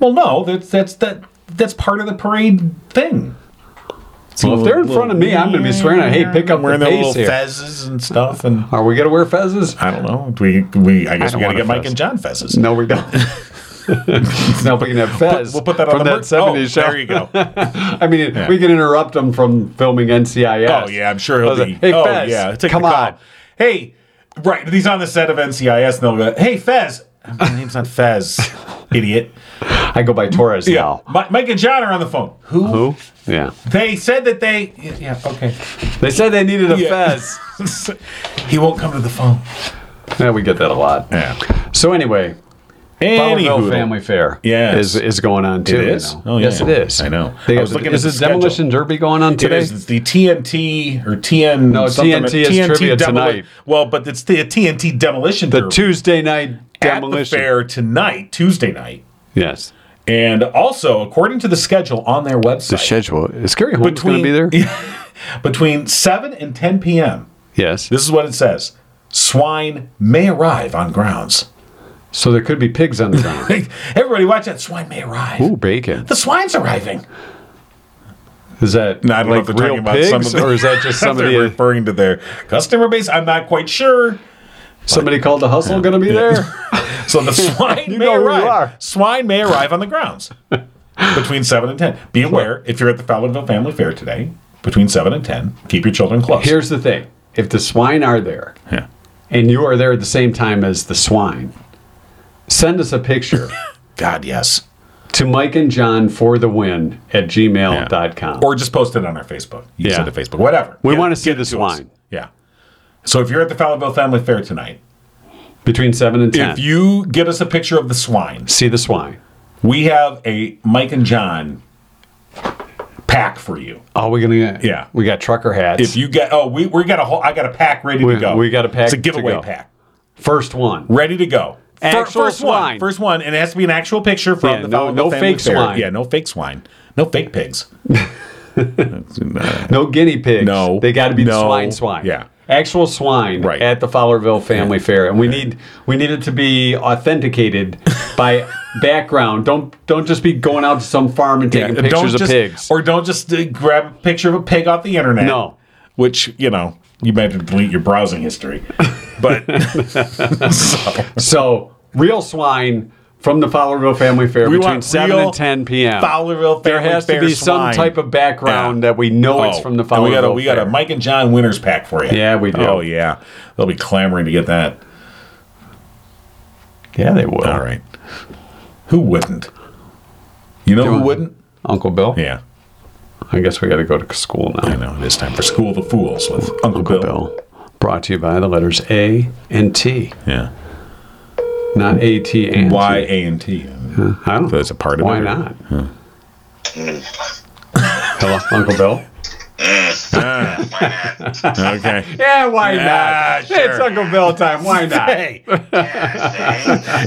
Speaker 3: Well, no, that's that's that that's part of the parade thing.
Speaker 2: Well, if they're in front of me, I'm going to be swearing, "Hey, pick up
Speaker 3: Wearing
Speaker 2: the
Speaker 3: their
Speaker 2: pace
Speaker 3: little
Speaker 2: here."
Speaker 3: fezzes and stuff, and
Speaker 2: Are we going to wear fezzes?
Speaker 3: I don't know. We we I guess
Speaker 2: don't
Speaker 3: we
Speaker 2: want
Speaker 3: gotta
Speaker 2: a
Speaker 3: get Mike
Speaker 2: fez.
Speaker 3: and John fezzes.
Speaker 2: No, we don't. no, we can have fez.
Speaker 3: We'll put that
Speaker 2: from
Speaker 3: on the
Speaker 2: that
Speaker 3: merch-
Speaker 2: '70s
Speaker 3: oh,
Speaker 2: show.
Speaker 3: There you go.
Speaker 2: I mean, we can interrupt them from filming NCIS.
Speaker 3: Oh yeah, I'm sure he'll
Speaker 2: They'll
Speaker 3: be.
Speaker 2: say, Hey,
Speaker 3: oh
Speaker 2: Fez,
Speaker 3: yeah, take
Speaker 2: come
Speaker 3: the call.
Speaker 2: on.
Speaker 3: Hey, right? He's on the set of NCIS, and they'll go, "Hey, Fez." My name's not Fez, idiot.
Speaker 2: I go by Torres
Speaker 3: Yeah,
Speaker 2: now.
Speaker 3: Mi- Mike and John are on the phone. Who?
Speaker 2: Who? Yeah.
Speaker 3: They said that they. Yeah, okay.
Speaker 2: They said they needed a
Speaker 3: Yeah.
Speaker 2: fez.
Speaker 3: he won't come to the phone.
Speaker 2: Yeah, we get that a lot.
Speaker 3: Yeah.
Speaker 2: So anyway, Bonneville
Speaker 3: Anywho,
Speaker 2: Family Fair
Speaker 3: Yes.
Speaker 2: is is going on too.
Speaker 3: It
Speaker 2: you
Speaker 3: is?
Speaker 2: know.
Speaker 3: Oh,
Speaker 2: Yes,
Speaker 3: yeah.
Speaker 2: it is.
Speaker 3: I know.
Speaker 2: They,
Speaker 3: I was looking
Speaker 2: is
Speaker 3: at
Speaker 2: the
Speaker 3: the schedule.
Speaker 2: demolition derby going on
Speaker 3: It
Speaker 2: today?
Speaker 3: is it's the TNT or TN.
Speaker 2: No, TNT is trivia tonight.
Speaker 3: Well, but it's the TNT demolition.
Speaker 2: The
Speaker 3: derby
Speaker 2: Tuesday night
Speaker 3: at
Speaker 2: demolition.
Speaker 3: the fair tonight, Tuesday night.
Speaker 2: Yes.
Speaker 3: And also, according to the schedule on their
Speaker 2: The
Speaker 3: website,
Speaker 2: schedule. Is Gary Holmes going to be there?
Speaker 3: between 7 and 10 p.m.,
Speaker 2: Yes.
Speaker 3: this is what it says swine may arrive on grounds.
Speaker 2: So there could be pigs on the ground.
Speaker 3: Everybody, watch that. Swine may arrive.
Speaker 2: Ooh, bacon.
Speaker 3: The swine's arriving.
Speaker 2: Is that
Speaker 3: No, I don't
Speaker 2: like
Speaker 3: know if they're
Speaker 2: real
Speaker 3: talking about
Speaker 2: pigs,
Speaker 3: some of the,
Speaker 2: or is that just
Speaker 3: if they're
Speaker 2: somebody?
Speaker 3: referring to their customer base? I'm not quite sure.
Speaker 2: somebody called the hustle going to be there?
Speaker 3: So the swine
Speaker 2: You
Speaker 3: may
Speaker 2: know who you
Speaker 3: arrive.
Speaker 2: are.
Speaker 3: Swine may arrive on the grounds between seven and ten. Be aware if you're at the Fowlerville Family Fair today between seven and ten. Keep your children close.
Speaker 2: Here's the thing: if the swine are there,
Speaker 3: Yeah.
Speaker 2: and you are there at the same time as the swine, send us a picture
Speaker 3: God, yes.
Speaker 2: to Mike and John for the win at gmail.com.
Speaker 3: Or just post it on our Facebook. You
Speaker 2: Yeah.
Speaker 3: can send it to Facebook. Whatever.
Speaker 2: we
Speaker 3: Get-
Speaker 2: want to see
Speaker 3: get
Speaker 2: the
Speaker 3: it to us.
Speaker 2: swine
Speaker 3: Yeah. So if you're at the Fowlerville Family Fair tonight,
Speaker 2: between seven and ten.
Speaker 3: if you get us a picture of the swine,
Speaker 2: see the swine,
Speaker 3: we have a Mike and John pack for you.
Speaker 2: oh, we're gonna get,
Speaker 3: Yeah.
Speaker 2: we got trucker hats.
Speaker 3: If you get oh, we we got a whole I got a pack ready
Speaker 2: We-
Speaker 3: to go.
Speaker 2: we got a pack
Speaker 3: It's a
Speaker 2: to
Speaker 3: giveaway
Speaker 2: go.
Speaker 3: pack.
Speaker 2: first one,
Speaker 3: ready to go. Fir-
Speaker 2: Actual
Speaker 3: first
Speaker 2: swine.
Speaker 3: one, first one, and it has to be an actual picture from
Speaker 2: Yeah,
Speaker 3: the
Speaker 2: no-
Speaker 3: Fowlerville
Speaker 2: no
Speaker 3: Family
Speaker 2: fake
Speaker 3: Fair.
Speaker 2: swine.
Speaker 3: Yeah, no fake swine, no fake pigs.
Speaker 2: no guinea pigs.
Speaker 3: No.
Speaker 2: they got to be the
Speaker 3: No.
Speaker 2: swine, swine.
Speaker 3: Yeah.
Speaker 2: actual swine
Speaker 3: Right.
Speaker 2: at the Fowlerville Family Fair, and we need we need it to be authenticated by background. Don't don't just be going out to some farm and taking
Speaker 3: Don't
Speaker 2: pictures of
Speaker 3: just-
Speaker 2: pigs.
Speaker 3: or don't just uh, grab a picture of a pig off the internet.
Speaker 2: No.
Speaker 3: which you know you might have to delete your browsing history, but so,
Speaker 2: so real swine from the Fowlerville Family Fair
Speaker 3: We
Speaker 2: between
Speaker 3: want
Speaker 2: seven
Speaker 3: real
Speaker 2: and ten p.m.
Speaker 3: Fowlerville
Speaker 2: There
Speaker 3: Family
Speaker 2: has to
Speaker 3: Fair
Speaker 2: be some
Speaker 3: swine.
Speaker 2: type of background
Speaker 3: Yeah.
Speaker 2: that we know it's
Speaker 3: Oh,
Speaker 2: from the
Speaker 3: and
Speaker 2: Fowlerville.
Speaker 3: We got a we got a
Speaker 2: Fair.
Speaker 3: Mike and John winners pack for you.
Speaker 2: Yeah, we do.
Speaker 3: Oh yeah, they'll be clamoring to get that.
Speaker 2: Yeah, they will.
Speaker 3: All right, who wouldn't? You know who
Speaker 2: John.
Speaker 3: wouldn't?
Speaker 2: Uncle Bill.
Speaker 3: Yeah.
Speaker 2: I guess we got to go to school now.
Speaker 3: I know it is time for School of the Fools with Uncle,
Speaker 2: Uncle
Speaker 3: Bill.
Speaker 2: Bill. Brought to you by the letters A and T,
Speaker 3: Yeah.
Speaker 2: not A T and
Speaker 3: Y
Speaker 2: T.
Speaker 3: A and T.
Speaker 2: I don't.
Speaker 3: That's a part of
Speaker 2: Why
Speaker 3: it.
Speaker 2: not? Hello, Uncle Bill.
Speaker 3: Okay.
Speaker 2: Yeah, why
Speaker 3: Ah,
Speaker 2: not?
Speaker 3: sure.
Speaker 2: It's Uncle Bill time. Why not?
Speaker 3: Hey.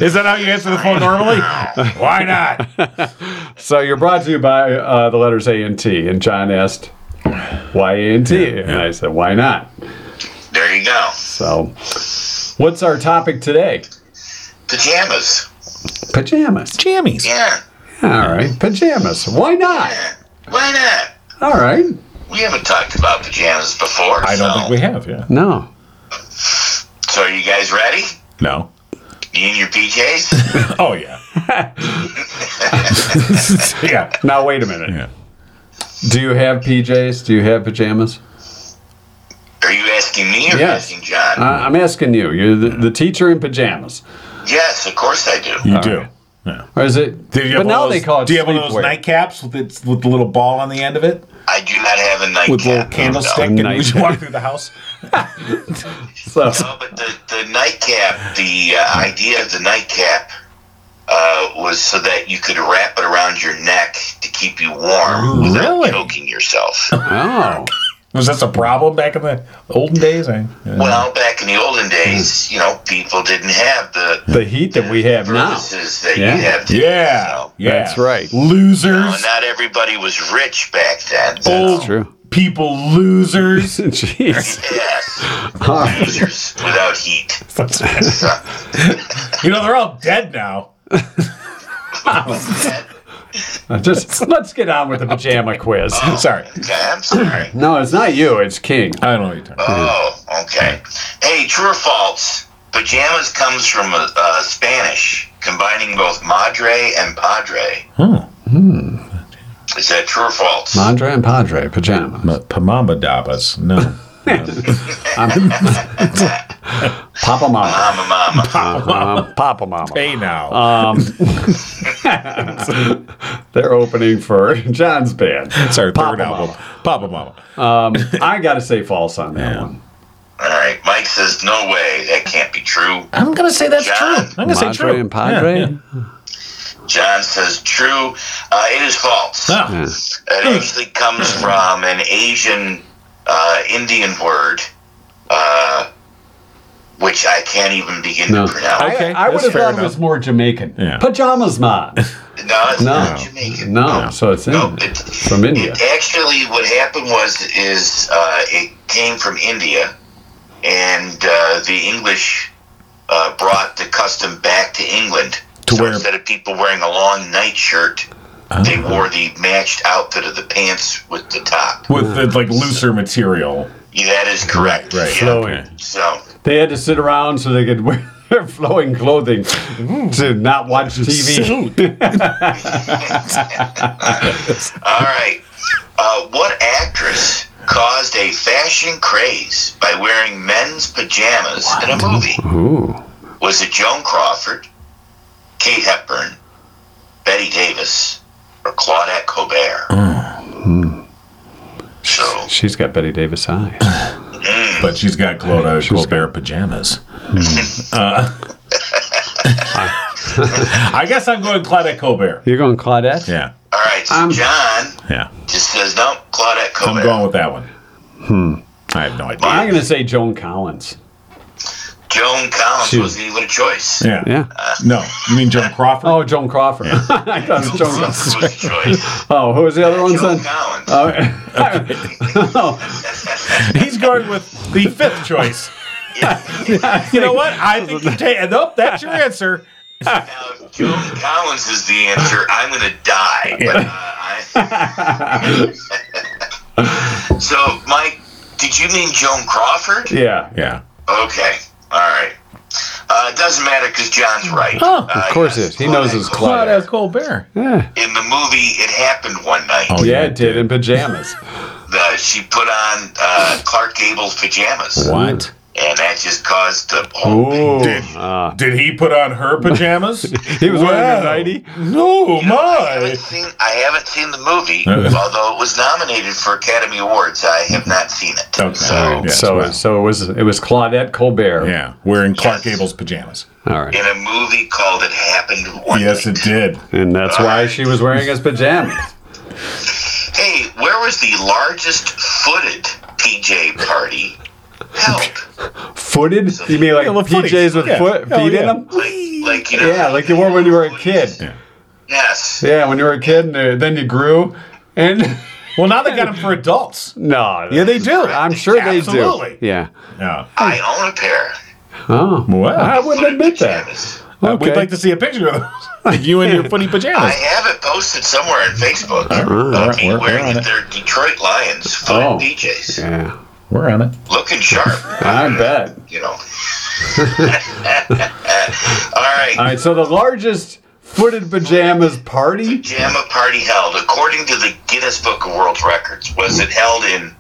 Speaker 3: is that how you answer the phone normally? Why not?
Speaker 2: So you're brought to you by uh, the letters A and T. And John asked, why A and T? And I said, why not?
Speaker 4: There you go.
Speaker 2: So what's our topic today?
Speaker 4: Pajamas.
Speaker 2: Pajamas.
Speaker 3: Jammies.
Speaker 4: Yeah.
Speaker 2: All right. Pajamas. Why not?
Speaker 4: Why not?
Speaker 2: All right.
Speaker 4: We haven't talked about pajamas before.
Speaker 3: I don't
Speaker 4: so.
Speaker 3: think we have. Yeah.
Speaker 2: No.
Speaker 4: So are you guys ready?
Speaker 3: No.
Speaker 4: You in your PJs?
Speaker 3: Oh yeah. yeah.
Speaker 2: Now wait a minute.
Speaker 3: Yeah.
Speaker 2: Do you have PJs? Do you have pajamas?
Speaker 4: are you asking me or
Speaker 2: Yes.
Speaker 4: asking John?
Speaker 3: Uh,
Speaker 2: I I'm asking you. You're the, the teacher in pajamas,
Speaker 4: yes, of course I do.
Speaker 3: You do.
Speaker 2: or is it?
Speaker 3: Did you have
Speaker 2: but
Speaker 3: one
Speaker 2: now
Speaker 3: of
Speaker 2: they
Speaker 3: those-
Speaker 2: call it
Speaker 3: Do you have one of those
Speaker 2: sleepwear.
Speaker 3: nightcaps with its, with the little ball on the end of it,
Speaker 4: I do not have a nightcap.
Speaker 3: with little
Speaker 4: no,
Speaker 3: candlestick,
Speaker 2: no.
Speaker 3: and we should walk through the house?
Speaker 2: So,
Speaker 4: No, no, but the, the nightcap, the uh, idea of the nightcap uh, was so that you could wrap it around your neck to keep you warm without
Speaker 3: Really?
Speaker 4: choking yourself.
Speaker 2: oh,
Speaker 3: Was this a problem back in the olden days? I, yeah.
Speaker 4: well, back in the olden
Speaker 3: Hmm.
Speaker 4: days, you know, people didn't have the
Speaker 2: the heat that we have now.
Speaker 4: services that
Speaker 2: Yeah.
Speaker 4: you have today.
Speaker 3: yeah,
Speaker 4: So,
Speaker 3: yeah.
Speaker 2: That's right.
Speaker 4: you know,
Speaker 3: Losers,
Speaker 4: not everybody was rich back then. so-
Speaker 3: old
Speaker 2: true.
Speaker 3: people, losers.
Speaker 2: Jeez.
Speaker 4: Yes,
Speaker 2: All right.
Speaker 4: losers without heat.
Speaker 3: you know they're all dead now.
Speaker 2: Just let's get on with the pajama quiz.
Speaker 3: Sorry,
Speaker 4: Okay, I'm sorry.
Speaker 2: No, it's not you. It's King.
Speaker 3: I don't know what you're talking. about.
Speaker 4: Oh, okay. Hey, true or false? Pajamas comes from uh, uh, Spanish, combining both madre and padre. Hmm. Is that true or false?
Speaker 2: Andre and Padre pajama.
Speaker 3: But Pamama Dabas, no.
Speaker 2: Papa mama.
Speaker 4: Mama, mama.
Speaker 2: Um, Papa mama.
Speaker 3: hey now,
Speaker 2: They're opening for John's band.
Speaker 3: it's our
Speaker 2: Papa
Speaker 3: third album. Papa Mama.
Speaker 2: I gotta say false on that one.
Speaker 4: All right. Mike says no way. That can't be true.
Speaker 3: I'm gonna say that's
Speaker 4: John.
Speaker 3: true. I'm gonna say
Speaker 2: Madre
Speaker 3: true.
Speaker 2: and Padre.
Speaker 4: John says true. Uh, it is false.
Speaker 3: Yeah.
Speaker 2: Yeah.
Speaker 4: It actually comes from an Asian uh, Indian word, uh, which I can't even begin
Speaker 2: No.
Speaker 4: to pronounce.
Speaker 2: I-
Speaker 3: Okay,
Speaker 2: I, would
Speaker 3: that's
Speaker 2: have
Speaker 3: fair
Speaker 2: thought it
Speaker 3: enough.
Speaker 2: was more Jamaican.
Speaker 3: Yeah.
Speaker 2: Pajamas ma.
Speaker 4: no, it's
Speaker 2: No.
Speaker 4: not Jamaican.
Speaker 2: No, so it's in,
Speaker 4: No, it-
Speaker 2: it's from India.
Speaker 4: It actually, what happened was is uh, it came from India, and uh, the English uh, brought the custom back to England.
Speaker 3: To
Speaker 4: so
Speaker 3: wear- Oh.
Speaker 4: instead of people wearing a long nightshirt, they wore the matched outfit of the pants with the top.
Speaker 3: With the, like looser material.
Speaker 4: Yeah, that is correct.
Speaker 3: Right, right.
Speaker 4: Yeah.
Speaker 2: Flowing.
Speaker 4: So
Speaker 2: They had to sit around so they could wear their flowing clothing to not watch TV.
Speaker 4: All right. Uh, what actress caused a fashion craze by wearing men's pajamas in a movie?
Speaker 2: Ooh.
Speaker 4: Was it Joan Crawford, Kate Hepburn, Betty Davis, or Claudette Colbert?
Speaker 3: Mm.
Speaker 4: So,
Speaker 2: She's got Betty Davis eyes.
Speaker 3: But she's got Clodo Colbert pajamas. Uh, I guess I'm going Claudette Colbert.
Speaker 2: You're going Claudette?
Speaker 3: Yeah,
Speaker 4: all right. So
Speaker 2: Um,
Speaker 4: John
Speaker 3: yeah.
Speaker 4: just says no. Claudette
Speaker 3: I'm
Speaker 4: Colbert.
Speaker 3: going with that one. Hmm. I have no idea.
Speaker 2: I'm gonna say Joan Collins.
Speaker 4: Joan Collins
Speaker 2: Shoot.
Speaker 4: wasn't even a choice.
Speaker 3: Yeah.
Speaker 2: Yeah.
Speaker 3: No, you mean Joan Crawford?
Speaker 2: Oh, Joan Crawford. I thought it was Joan Collins.
Speaker 4: Collins was a choice.
Speaker 2: Oh, who was the other one,
Speaker 4: Joan
Speaker 2: son?
Speaker 4: Collins.
Speaker 2: Oh, oh,
Speaker 3: He's going with the fifth choice. you know what? I think you take. Nope, that's your answer.
Speaker 4: Now, if Joan Collins is the answer, I'm going to die. But, uh, I... so, Mike, did you mean Joan Crawford?
Speaker 2: yeah.
Speaker 3: Yeah.
Speaker 4: Okay. All right. Uh, it doesn't matter because John's right.
Speaker 3: Oh, of
Speaker 4: Uh,
Speaker 2: Of course it
Speaker 4: yes,
Speaker 2: is. He knows his
Speaker 4: Claudette.
Speaker 2: Claudette.
Speaker 3: Colbert.
Speaker 2: Yeah.
Speaker 4: In the movie, it happened one night.
Speaker 3: Oh,
Speaker 2: Yeah, it did in pajamas.
Speaker 4: Uh, she put on uh, Clark Gable's pajamas,
Speaker 3: What?
Speaker 4: and that just caused the whole thing.
Speaker 2: Ooh.
Speaker 3: Did,
Speaker 2: Ah.
Speaker 3: did he put on her pajamas?
Speaker 2: He was wearing a nightie?
Speaker 3: No,
Speaker 4: I
Speaker 3: my.
Speaker 4: haven't seen, I haven't seen the movie, although it was nominated for Academy Awards. I have not seen it.
Speaker 3: Okay.
Speaker 4: So,
Speaker 3: All right. Yes,
Speaker 2: so,
Speaker 3: wow.
Speaker 2: so it was it was Claudette Colbert.
Speaker 3: Yeah, wearing Clark Gable's pajamas.
Speaker 2: All right.
Speaker 4: in a movie called It Happened One
Speaker 3: Yes,
Speaker 4: Night.
Speaker 3: it did.
Speaker 2: And that's why she was wearing his pajamas.
Speaker 4: Hey, where was the largest footed PJ party? Help.
Speaker 2: Footed? You mean like
Speaker 3: Yeah, well, footies.
Speaker 2: PJs with
Speaker 3: Yeah.
Speaker 2: foot, feet
Speaker 3: Oh,
Speaker 2: in
Speaker 3: yeah.
Speaker 2: them?
Speaker 4: Like, like you know.
Speaker 2: Yeah, like you wore when you were a kid. Yeah,
Speaker 4: Yes.
Speaker 2: when you were a kid and uh, then you grew. And
Speaker 3: Well, now they got them for adults.
Speaker 2: no.
Speaker 3: Yeah, they do.
Speaker 2: I'm sure they
Speaker 3: Absolutely.
Speaker 2: do. Yeah.
Speaker 3: Yeah.
Speaker 4: I own a pair.
Speaker 2: Oh.
Speaker 3: Wow.
Speaker 2: I wouldn't admit that.
Speaker 4: Pajamas.
Speaker 3: Uh,
Speaker 2: Okay.
Speaker 3: we'd like to see a picture of those. you in your footy
Speaker 4: I
Speaker 3: pajamas.
Speaker 4: have it posted somewhere on Facebook.
Speaker 3: right,
Speaker 4: of me
Speaker 3: we're- we're
Speaker 4: wearing
Speaker 3: on it.
Speaker 4: their Detroit Lions footed
Speaker 2: Oh.
Speaker 4: PJs,
Speaker 2: Yeah.
Speaker 3: We're on it.
Speaker 4: looking sharp.
Speaker 2: I bet.
Speaker 4: you know. All right.
Speaker 2: All right, so the largest footed pajamas party?
Speaker 4: Pajama party held, according to the Guinness Book of World Records, was it held in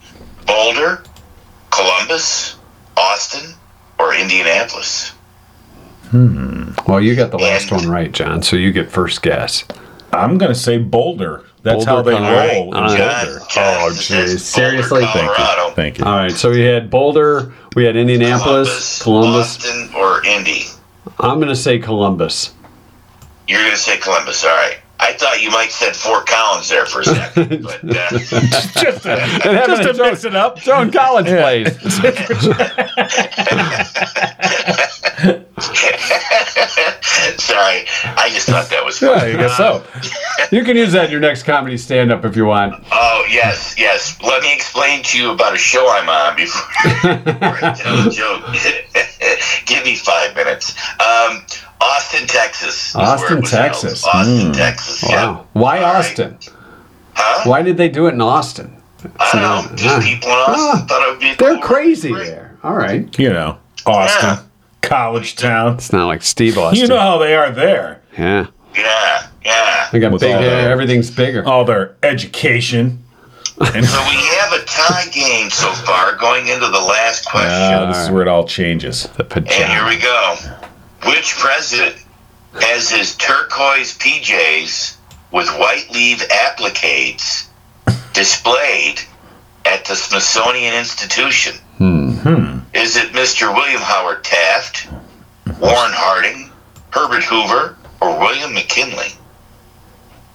Speaker 4: Boulder, Columbus, Austin, or Indianapolis?
Speaker 2: Well, you got the last one right, John, so you get first guess.
Speaker 3: I'm going to say Boulder. That's
Speaker 2: Boulder,
Speaker 3: how they
Speaker 2: Colorado.
Speaker 3: roll.
Speaker 2: All right.
Speaker 4: John, John
Speaker 2: Oh,
Speaker 4: says
Speaker 2: geez.
Speaker 4: Boulder,
Speaker 2: Seriously? Thank you.
Speaker 4: Colorado,
Speaker 3: Thank you.
Speaker 2: All right, so we had Boulder, we had Indianapolis, Columbus.
Speaker 4: Austin, or Indy.
Speaker 2: I'm going to say Columbus.
Speaker 4: You're going to say Columbus. All right. I thought you might said Fort Collins there for a second, but uh,
Speaker 3: just to,
Speaker 2: happened
Speaker 3: just
Speaker 2: in
Speaker 3: to mix it up.
Speaker 2: John Collins plays.
Speaker 4: sorry, I just thought that was
Speaker 2: Yeah,
Speaker 4: funny.
Speaker 2: I guess so. You can use that in your next comedy stand up if you want.
Speaker 4: Oh yes, yes. Let me explain to you about a show I'm on before, before I tell a joke. Give me five minutes. Um, Austin, Texas. is where it
Speaker 2: Austin,
Speaker 4: was held.
Speaker 2: Texas. Hmm.
Speaker 4: Austin, Texas. Yeah.
Speaker 2: Wow. Why
Speaker 4: All right.
Speaker 2: Austin?
Speaker 4: Huh?
Speaker 2: Why did they do it in Austin?
Speaker 4: I don't know. Just people in Austin
Speaker 2: Ah,
Speaker 4: thought it would be. a
Speaker 2: They're
Speaker 4: cool-
Speaker 2: crazy there. All right.
Speaker 3: You know, Austin,
Speaker 4: Yeah.
Speaker 3: college town.
Speaker 2: It's not like Steve Austin.
Speaker 3: You know how they are there.
Speaker 2: yeah.
Speaker 4: Yeah, yeah.
Speaker 2: They got
Speaker 3: With
Speaker 2: big
Speaker 3: all
Speaker 2: hair.
Speaker 3: the- Oh.
Speaker 2: Everything's bigger.
Speaker 3: All their education. And,
Speaker 4: So we have a tie game so far going into the last question.
Speaker 3: Ah, this is where it all changes.
Speaker 2: The
Speaker 4: And here
Speaker 2: pajama.
Speaker 4: we go. Which president has his turquoise PJs with white leaf appliques displayed at the Smithsonian Institution?
Speaker 2: Hmm.
Speaker 4: Is it Mr. William Howard Taft, Warren Harding, Herbert Hoover, or William McKinley?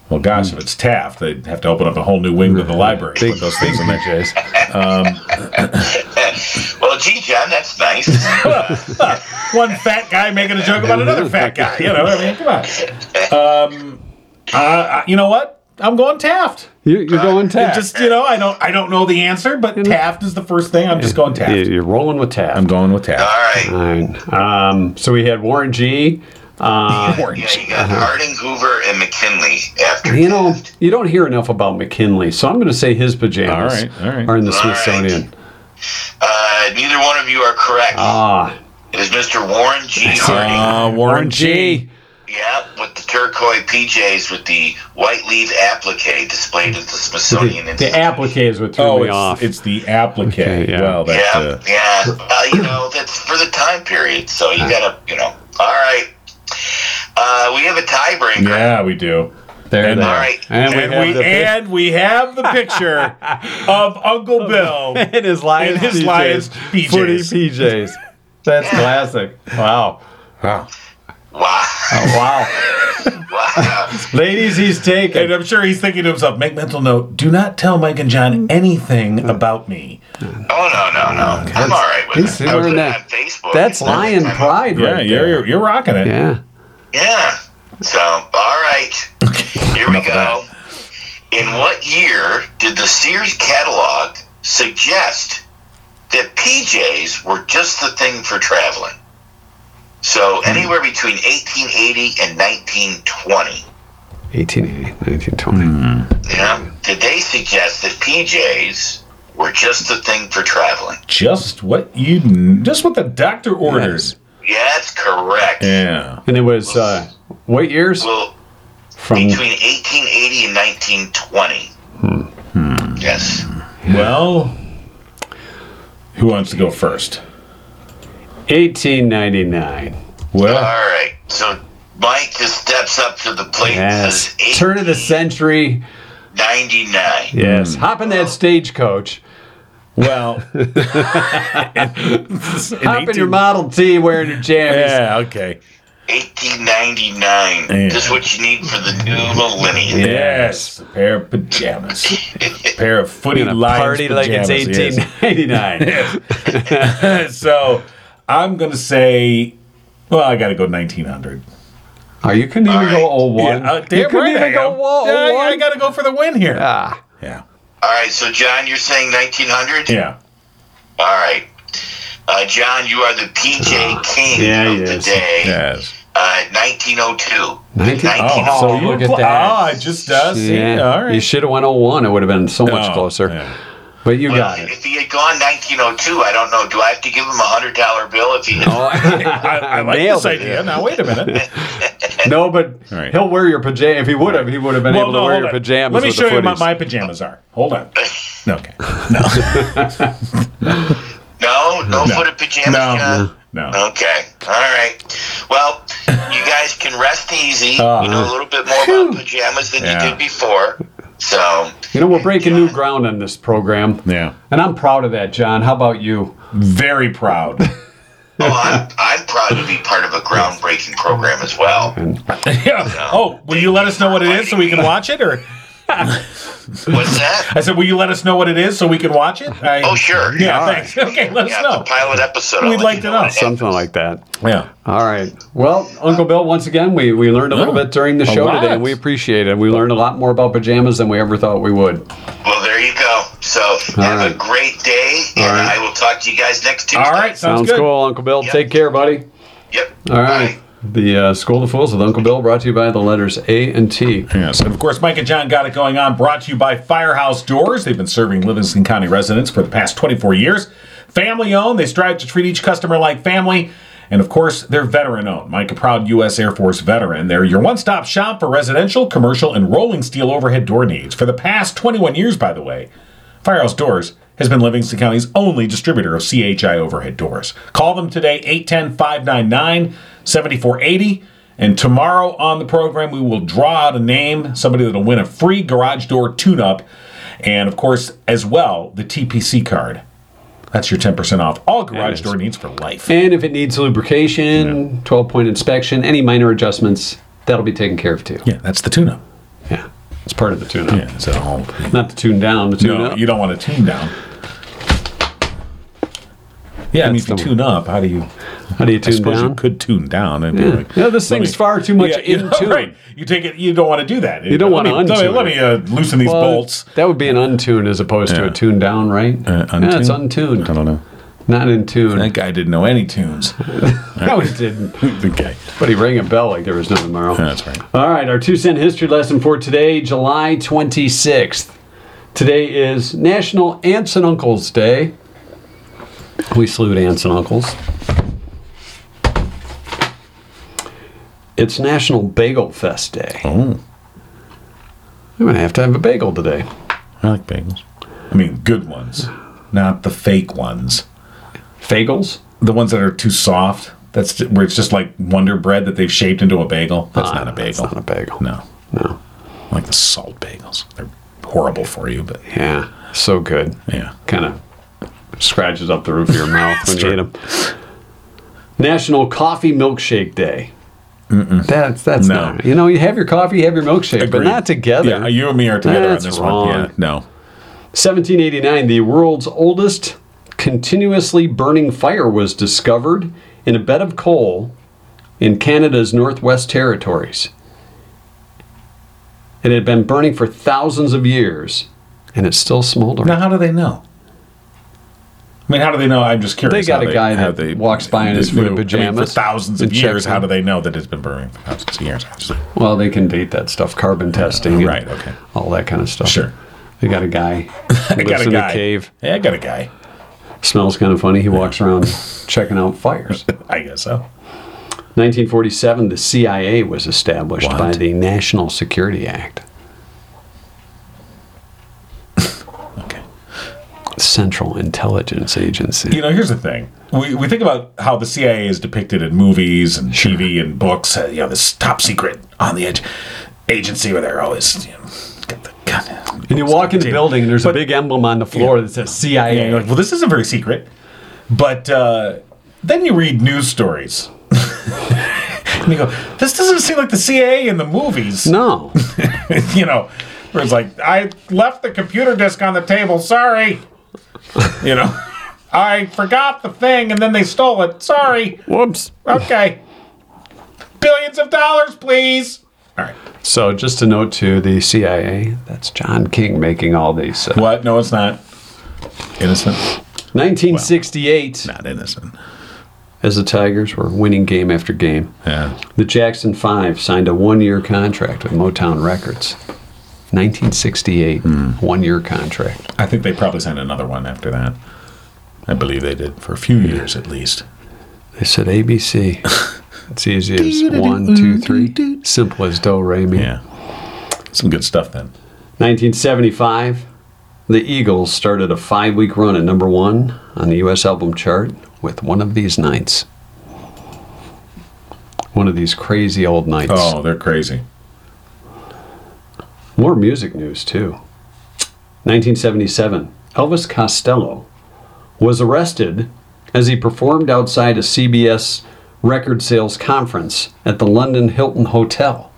Speaker 3: Well, gosh, if it's Taft, they'd have to open up a whole new wing to the library. to
Speaker 2: Big,
Speaker 3: Put those things in there.
Speaker 2: PJs.
Speaker 4: Well, gee, John, that's nice.
Speaker 3: One fat guy making a joke about another fat guy. You know, I mean, come on. Um, uh, uh, you know what? I'm going Taft.
Speaker 2: You, you're going
Speaker 3: It
Speaker 2: Taft.
Speaker 3: just you know, I don't, I don't know the answer, but Taft is the first thing. I'm just going Taft.
Speaker 2: You- You're rolling with Taft.
Speaker 3: I'm going with
Speaker 4: All
Speaker 3: Taft.
Speaker 4: right.
Speaker 2: All right. Um, so we had Warren G. Uh,
Speaker 4: Yeah, you got Harding, Hoover, and McKinley after
Speaker 2: you know, you don't hear enough about McKinley, so I'm going to say his pajamas
Speaker 3: All right, all right.
Speaker 2: are in the
Speaker 4: All right.
Speaker 2: Smithsonian.
Speaker 4: Uh, neither one of you are correct.
Speaker 2: Ah,
Speaker 4: it is Mr. Warren G.
Speaker 3: Uh,
Speaker 4: Harding.
Speaker 3: Warren G.
Speaker 4: Yeah, with the turquoise PJs with the white leaf applique displayed at the Smithsonian
Speaker 2: The
Speaker 4: Institution.
Speaker 2: appliques would throw
Speaker 3: Oh,
Speaker 2: me
Speaker 3: it's,
Speaker 2: off.
Speaker 3: it's the applique.
Speaker 2: Okay, yeah.
Speaker 3: Well, that's
Speaker 4: Yeah,
Speaker 3: uh,
Speaker 4: yeah. Uh, you know, that's for the time period, so you gotta, you know. All right. Uh, we have a tiebreaker.
Speaker 3: yeah, we do.
Speaker 2: there,
Speaker 3: and-
Speaker 2: there.
Speaker 4: All right.
Speaker 2: And we
Speaker 3: and
Speaker 2: have
Speaker 3: we
Speaker 2: the pic-
Speaker 3: and we have the picture of Uncle Bill.
Speaker 2: and his lions,
Speaker 3: and his
Speaker 2: PJs,
Speaker 3: Lions
Speaker 2: footy
Speaker 3: PJs.
Speaker 2: PJs. That's classic. Wow,
Speaker 4: Wow.
Speaker 2: wow,
Speaker 4: wow.
Speaker 2: ladies, he's taken.
Speaker 3: And I'm sure he's thinking to himself, make mental note, do not tell Mike and John anything about me.
Speaker 4: Oh, no, no, no. I'm all right with
Speaker 2: He's
Speaker 4: it. I was
Speaker 2: wearing
Speaker 4: on
Speaker 2: that.
Speaker 4: Facebook.
Speaker 2: That's lion pride,
Speaker 3: Yeah,
Speaker 2: right
Speaker 3: you're,
Speaker 2: there.
Speaker 3: you're, you're rocking it.
Speaker 2: Yeah.
Speaker 4: Yeah. So, all right. Here we go. In what year did the Sears catalog suggest that PJs were just the thing for traveling? So, anywhere between 1880 and 1920.
Speaker 2: 1880, 1920.
Speaker 3: Hmm.
Speaker 4: Yeah. Did they suggest that PJs were just the thing for traveling?
Speaker 3: Just what you, just what the doctor orders.
Speaker 4: Yeah, that's correct.
Speaker 3: Yeah.
Speaker 2: And it was uh, what years?
Speaker 4: Well,
Speaker 2: From
Speaker 4: between 1880 and 1920. Yes.
Speaker 3: Well, who wants to go first?
Speaker 2: 1899.
Speaker 3: Well,
Speaker 4: All right. So Mike just steps up to the plate. and
Speaker 2: Yes.
Speaker 4: Says eight
Speaker 2: Turn of the century.
Speaker 4: ninety nine.
Speaker 3: Hmm.
Speaker 2: Yes. Hop in that stagecoach.
Speaker 3: well. in
Speaker 2: Hop in your Model T wearing your jammies.
Speaker 3: Yeah, okay.
Speaker 4: Eighteen ninety nine.
Speaker 3: Yeah.
Speaker 4: Just what you need for the new millennium.
Speaker 3: Yes. A pair of pajamas. a pair of footy
Speaker 2: Gonna
Speaker 3: Lions
Speaker 2: party like it's
Speaker 3: pajamas, yes.
Speaker 2: 1899.
Speaker 3: so I'm gonna say, well, I gotta go 1900.
Speaker 2: Oh, you couldn't even go
Speaker 4: All
Speaker 2: 01.
Speaker 3: uh, damn
Speaker 2: you couldn't
Speaker 3: right
Speaker 2: even
Speaker 3: I
Speaker 2: go
Speaker 3: am.
Speaker 2: 01.
Speaker 3: Yeah, I, I gotta go for the win here. Yeah,
Speaker 2: ah,
Speaker 3: yeah.
Speaker 4: All right. So John, you're saying nineteen hundred. All right. Uh, John, you are the PJ King
Speaker 2: Yeah,
Speaker 4: of
Speaker 2: he
Speaker 4: the
Speaker 2: is.
Speaker 4: day.
Speaker 3: Yes.
Speaker 4: Uh, 1902.
Speaker 2: 19
Speaker 3: Oh, so you
Speaker 2: look
Speaker 3: were
Speaker 2: at
Speaker 3: cl-
Speaker 2: that.
Speaker 3: ah, it just does. Yeah, all
Speaker 2: You
Speaker 3: right.
Speaker 2: should have went 01. It would have been so much
Speaker 3: Oh,
Speaker 2: closer.
Speaker 3: yeah.
Speaker 2: But you
Speaker 4: Well,
Speaker 2: got it.
Speaker 4: if he had gone 1902, I don't know. Do I have to give him a hundred dollar bill if he? Had,
Speaker 3: I, I like
Speaker 2: Nailed
Speaker 3: this
Speaker 2: it.
Speaker 3: idea. Now wait a minute.
Speaker 2: No, but
Speaker 3: All right.
Speaker 2: he'll wear your pajamas. If he would have, he would have been able to wear
Speaker 3: hold
Speaker 2: your
Speaker 3: on.
Speaker 2: pajamas.
Speaker 3: Let me
Speaker 2: with
Speaker 3: show
Speaker 2: the
Speaker 3: you what
Speaker 2: footies.
Speaker 3: my pajamas are. Hold on. No, okay.
Speaker 4: no, no,
Speaker 3: No.
Speaker 4: foot of pajamas.
Speaker 3: No,
Speaker 4: John?
Speaker 3: no.
Speaker 4: Okay. All right. Well, you guys can rest easy. you know a little bit more about pajamas than
Speaker 3: Yeah.
Speaker 4: you did before. So, oh,
Speaker 2: You know, we're breaking new ground on this program.
Speaker 3: Yeah.
Speaker 2: And I'm proud of that, John. How about you?
Speaker 3: Very proud.
Speaker 4: oh, I'm, I'm proud to be part of a groundbreaking program as well.
Speaker 3: yeah. Oh, will you let us know what it is so we can watch it? Or
Speaker 4: What's that?
Speaker 3: I said, will you let us know what it is so we can watch it? I,
Speaker 4: Oh, sure.
Speaker 3: Yeah.
Speaker 2: All
Speaker 3: thanks. Okay. Let us
Speaker 4: Yeah,
Speaker 3: know.
Speaker 4: it's a pilot episode. I'll
Speaker 3: We'd
Speaker 4: let
Speaker 3: like
Speaker 4: you
Speaker 3: to
Speaker 4: when
Speaker 3: know.
Speaker 4: it
Speaker 2: Something like that.
Speaker 3: Yeah.
Speaker 2: All right. Well, Uncle Bill, once again, we, we learned a little bit during the show
Speaker 3: lot.
Speaker 2: today, and we appreciate it. We learned a lot more about pajamas than we ever thought we would.
Speaker 4: Well, there you go. So have
Speaker 2: right.
Speaker 4: a great day,
Speaker 2: All
Speaker 4: and
Speaker 2: right.
Speaker 4: I will talk to you guys next Tuesday.
Speaker 3: All right. Sounds,
Speaker 2: Sounds
Speaker 3: good.
Speaker 2: cool, Uncle Bill.
Speaker 4: Yep.
Speaker 2: Take care, buddy.
Speaker 4: Yep.
Speaker 2: All right. The uh, School of Fools with Uncle Bill brought to you by the letters A and T.
Speaker 3: Yes, and of course, Mike and John got it going on. Brought to you by Firehouse Doors. They've been serving Livingston County residents for the past 24 years. Family owned, they strive to treat each customer like family. And of course, they're veteran owned. Mike, a proud U.S. Air Force veteran. They're your one stop shop for residential, commercial, and rolling steel overhead door needs. For the past 21 years, by the way, Firehouse Doors has been Livingston County's only distributor of CHI overhead doors. Call them today, 810 599 7480. And tomorrow on the program, we will draw out a name, somebody that'll win a free garage door tune up. And of course, as well, the TPC card. That's your 10% off all garage
Speaker 2: is.
Speaker 3: door needs for life.
Speaker 2: And if it needs lubrication, 12 point inspection, any minor adjustments, that'll be taken care of too.
Speaker 3: Yeah, that's the tune up.
Speaker 2: Yeah. It's part of the tune up.
Speaker 3: Yeah, it's at home.
Speaker 2: Not the tune down, the tune
Speaker 3: No,
Speaker 2: up.
Speaker 3: you don't want to tune down. Yeah, I mean, if
Speaker 2: That's
Speaker 3: you
Speaker 2: the-
Speaker 3: tune up, how do you.
Speaker 2: How do you
Speaker 3: I
Speaker 2: tune
Speaker 3: suppose you
Speaker 2: down?
Speaker 3: could tune down. And be
Speaker 2: Yeah.
Speaker 3: like,
Speaker 2: Yeah, this
Speaker 3: let
Speaker 2: thing's far too much
Speaker 3: you
Speaker 2: in
Speaker 3: know,
Speaker 2: tune.
Speaker 3: Right. You take it. You don't want to do that. You
Speaker 2: don't
Speaker 3: let
Speaker 2: wanna
Speaker 3: me- Let me,
Speaker 2: untune
Speaker 3: let
Speaker 2: it.
Speaker 3: me uh, loosen these
Speaker 2: Well,
Speaker 3: bolts.
Speaker 2: That would be an untune as opposed to
Speaker 3: Yeah.
Speaker 2: a tune down, right?
Speaker 3: Uh,
Speaker 2: Yeah, it's
Speaker 3: untuned?
Speaker 2: untuned.
Speaker 3: I don't know.
Speaker 2: Not in tune.
Speaker 3: That guy didn't know any tunes.
Speaker 2: no, it didn't.
Speaker 3: okay,
Speaker 2: But he rang a bell like there was no tomorrow.
Speaker 3: that's right.
Speaker 2: All right, our two cent history lesson for today, July 26th. Today is National Aunts and Uncles Day. We salute aunts and uncles. It's National Bagel Fest Day.
Speaker 3: Oh,
Speaker 2: I'm going to have to have a bagel today.
Speaker 3: I like bagels. I mean, good ones, not the fake ones.
Speaker 2: Fagels?
Speaker 3: The ones that are too soft. That's ju- where it's just like Wonder Bread that they've shaped into a bagel. That's not a
Speaker 2: It's
Speaker 3: bagel.
Speaker 2: Ah, not a bagel.
Speaker 3: No,
Speaker 2: No.
Speaker 3: I like the salt bagels. They're horrible for you, but
Speaker 2: Yeah, so good.
Speaker 3: yeah.
Speaker 2: Kind of scratches up the roof of your mouth when you eat
Speaker 3: true.
Speaker 2: them. National Coffee Milkshake Day. That's that's
Speaker 3: No.
Speaker 2: not. You know, you have your coffee, you have your milkshake, but
Speaker 3: Agreed.
Speaker 2: not together.
Speaker 3: Yeah, you and me are together
Speaker 2: That's
Speaker 3: on this
Speaker 2: wrong.
Speaker 3: one. Yeah, no.
Speaker 2: 1789, the world's oldest continuously burning fire was discovered in a bed of coal in Canada's Northwest Territories. It had been burning for thousands of years, and it still smoldering.
Speaker 3: Now, how do they know? I mean, how do they know? I'm just curious.
Speaker 2: They got
Speaker 3: how
Speaker 2: a guy
Speaker 3: how
Speaker 2: that walks by in his
Speaker 3: they-
Speaker 2: footed
Speaker 3: I mean,
Speaker 2: pajamas
Speaker 3: for thousands of
Speaker 2: and checks
Speaker 3: years. How
Speaker 2: them.
Speaker 3: do they know that it's been burning for thousands of years? I was like,
Speaker 2: Well, they can date that stuff, carbon testing, and
Speaker 3: right, okay.
Speaker 2: all that kind of stuff.
Speaker 3: Sure.
Speaker 2: They got a guy.
Speaker 3: I got
Speaker 2: lives
Speaker 3: a
Speaker 2: in
Speaker 3: guy.
Speaker 2: a cave.
Speaker 3: Yeah, I got a guy.
Speaker 2: Smells kind of funny. He walks around checking out fires.
Speaker 3: I guess so.
Speaker 2: 1947, the CIA was established
Speaker 3: What?
Speaker 2: by the National Security Act.
Speaker 3: Okay.
Speaker 2: Central Intelligence Agency.
Speaker 3: You know, here's the thing. We, we think about how the CIA is depicted in movies and TV and books. Uh, you know, this top secret on the edge agency where they're always you know, got the gun.
Speaker 2: And you walk in the building and there's a
Speaker 3: But-
Speaker 2: big emblem on the floor that says CIA.
Speaker 3: And you're like, well, this isn't very secret. But uh, then you read news stories. and you go, this doesn't seem like the CIA in the movies.
Speaker 2: no.
Speaker 3: you know, where it's like, I left the computer disk on the table. Sorry. You know, I forgot the thing and then they stole it. Sorry.
Speaker 2: Whoops.
Speaker 3: Okay. Billions of dollars, please. All right.
Speaker 2: So, just a note to the CIA that's John King making all these. uh,
Speaker 3: What? No, it's not. Innocent.
Speaker 2: 1968.
Speaker 3: Not innocent.
Speaker 2: as the Tigers were winning game after game.
Speaker 3: Yeah.
Speaker 2: The Jackson Five signed a one year contract with Motown Records. 1968,
Speaker 3: Hmm.
Speaker 2: one year contract.
Speaker 3: I think they probably signed another one after that. I believe they did for a few years at least.
Speaker 2: They said ABC. it's easy as one, two, three. Simple as Do Re Mi.
Speaker 3: Yeah. Some good stuff then.
Speaker 2: 1975, the Eagles started a five week run at number one on the U.S. album chart with one of these nights. One of these crazy old nights.
Speaker 3: Oh, they're crazy.
Speaker 2: More music news, too. 1977, Elvis Costello was arrested as he performed outside a CBS record sales conference at the London Hilton Hotel.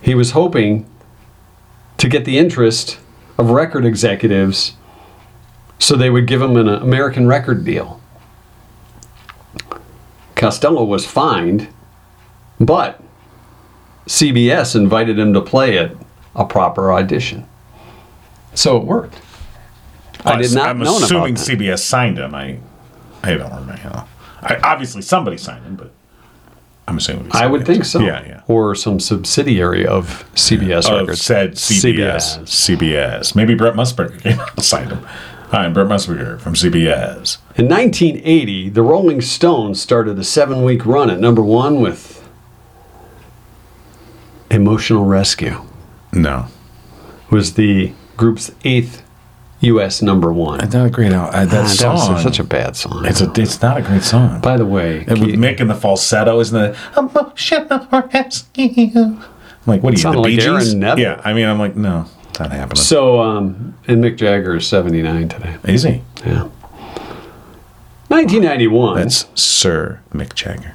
Speaker 2: He was hoping to get the interest of record executives so they would give him an American record deal. Costello was fined, but CBS invited him to play at a proper audition. So it worked. I did not
Speaker 3: I'm
Speaker 2: know about
Speaker 3: assuming
Speaker 2: that.
Speaker 3: CBS signed him. I I don't remember. You know. I, obviously, somebody signed him, but I'm assuming. it was
Speaker 2: I would
Speaker 3: CBS.
Speaker 2: think so.
Speaker 3: Yeah, yeah.
Speaker 2: Or some subsidiary of CBS
Speaker 3: Of
Speaker 2: Records.
Speaker 3: said CBS, CBS. Maybe Brett Musburger came out and signed him. Hi, I'm Brett Musburger from CBS.
Speaker 2: In 1980, the Rolling Stones started a seven week run at number one with Emotional Rescue.
Speaker 3: No,
Speaker 2: was the group's eighth U.S. number one.
Speaker 3: it's not a great. al- Uh, that
Speaker 2: Ah,
Speaker 3: song.
Speaker 2: was such a bad song.
Speaker 3: it's a. It's not a great song.
Speaker 2: By the way,
Speaker 3: And with
Speaker 2: Keith-
Speaker 3: Mick in the falsetto, isn't it? Emotional rescue. I'm like, what are you, the
Speaker 2: Sounded like
Speaker 3: Bee
Speaker 2: Aaron
Speaker 3: Gees?
Speaker 2: Neville.
Speaker 3: Yeah, I mean, I'm like, no, it's not happening.
Speaker 2: so um, and Mick Jagger is 79 today.
Speaker 3: Easy.
Speaker 2: Yeah. 1991.
Speaker 3: That's Sir Mick Jagger.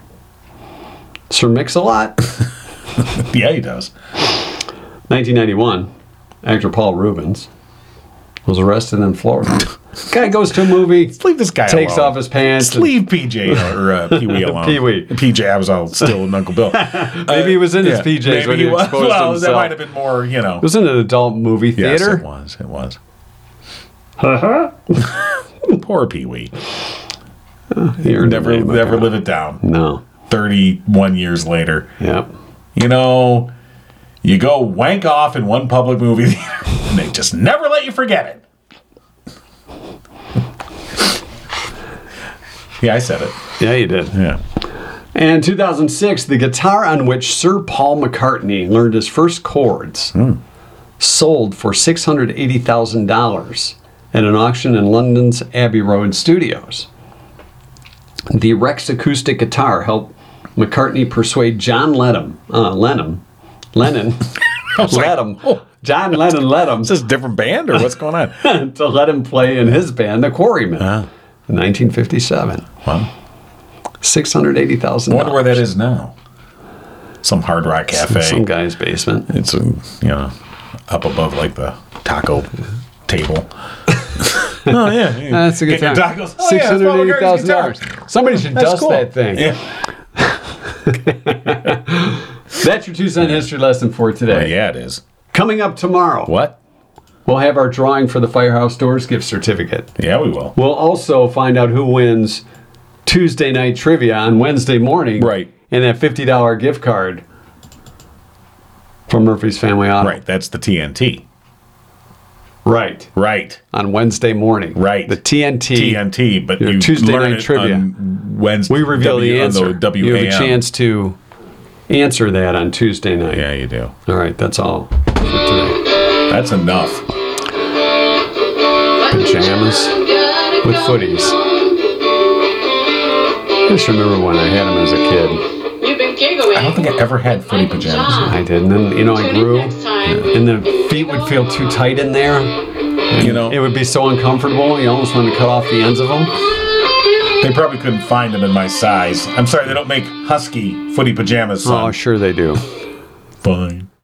Speaker 2: Sir Mix-a-Lot.
Speaker 3: Yeah, he does.
Speaker 2: 1991. Actor Paul Rubens was arrested in Florida. Guy goes to a movie,
Speaker 3: Leave this guy
Speaker 2: takes
Speaker 3: alone.
Speaker 2: off his pants.
Speaker 3: Just
Speaker 2: and
Speaker 3: leave PJ or uh, Pee Wee alone.
Speaker 2: Pee Wee.
Speaker 3: PJ, I was all still in Uncle Bill.
Speaker 2: Maybe he was in his PJs when he
Speaker 3: was.
Speaker 2: exposed
Speaker 3: Well, that
Speaker 2: himself.
Speaker 3: might have been more, you know.
Speaker 2: It was in an adult movie
Speaker 3: Yes,
Speaker 2: theater.
Speaker 3: it was. It was.
Speaker 2: Uh-huh.
Speaker 3: Poor Pee Wee.
Speaker 2: You're
Speaker 3: Never,
Speaker 2: name of
Speaker 3: never
Speaker 2: God.
Speaker 3: live it down.
Speaker 2: No.
Speaker 3: Thirty-one years later,
Speaker 2: Yep.
Speaker 3: you know, you go wank off in one public movie theater, and they just never let you forget it. yeah, I said it.
Speaker 2: Yeah, you did.
Speaker 3: Yeah.
Speaker 2: And 2006, the guitar on which Sir Paul McCartney learned his first chords sold for $680,000 at an auction in London's Abbey Road Studios. The Rex acoustic guitar helped McCartney persuade John Lennon, uh, Lennon, Lennon, Lennon, John Lennon, Lennon
Speaker 3: Is this a different band or what's going on?
Speaker 2: to let him play in his band, The Quarrymen, in 1957.
Speaker 3: Wow.
Speaker 2: $680,000.
Speaker 3: I wonder where that is now. Some hard rock cafe.
Speaker 2: Some guy's basement.
Speaker 3: it's uh, you know up above like the taco table. oh yeah, yeah.
Speaker 2: Ah, That's a good
Speaker 3: Get your
Speaker 2: time.
Speaker 3: tacos. Oh,
Speaker 2: Six
Speaker 3: yeah, that's
Speaker 2: hundred
Speaker 3: Paul
Speaker 2: eighty
Speaker 3: McCartney's
Speaker 2: thousand
Speaker 3: guitar.
Speaker 2: dollars. Somebody should dust
Speaker 3: cool.
Speaker 2: that thing.
Speaker 3: Yeah.
Speaker 2: That's your two cent history lesson for
Speaker 3: Uh,
Speaker 2: today.
Speaker 3: yeah, it is.
Speaker 2: Coming up tomorrow,
Speaker 3: What?
Speaker 2: we'll have our drawing for the Firehouse Doors gift certificate.
Speaker 3: Yeah, we will.
Speaker 2: We'll also find out who wins Tuesday night trivia on Wednesday morning.
Speaker 3: Right.
Speaker 2: And that fifty dollar gift card from Murphy's Family Auto.
Speaker 3: Right, that's the TNT.
Speaker 2: Right.
Speaker 3: Right,
Speaker 2: On Wednesday morning.
Speaker 3: Right.
Speaker 2: The TNT.
Speaker 3: TNT. But
Speaker 2: Your
Speaker 3: you
Speaker 2: Tuesday
Speaker 3: learn
Speaker 2: night
Speaker 3: it
Speaker 2: trivia.
Speaker 3: on Wednesday.
Speaker 2: We reveal
Speaker 3: W-
Speaker 2: the
Speaker 3: on
Speaker 2: answer.
Speaker 3: WAM.
Speaker 2: you have a chance to answer that on Tuesday night.
Speaker 3: Yeah, you do.
Speaker 2: All right, that's all for today.
Speaker 3: That's enough.
Speaker 2: pajamas with footies. I just remember when I had them as a kid.
Speaker 1: You've been giggling.
Speaker 3: I don't think I ever had footy
Speaker 1: Mike and
Speaker 3: pajamas.
Speaker 1: John.
Speaker 2: I did, and then you know I
Speaker 1: Tune in
Speaker 2: grew,
Speaker 1: next time.
Speaker 2: and the feet would feel too tight in there.
Speaker 3: You know,
Speaker 2: It would be so uncomfortable. You almost wanted to cut off the ends of them.
Speaker 3: They probably couldn't find them in my size. I'm sorry, they don't make husky footy pajamas. Son.
Speaker 2: Oh, sure they do.
Speaker 3: Fine.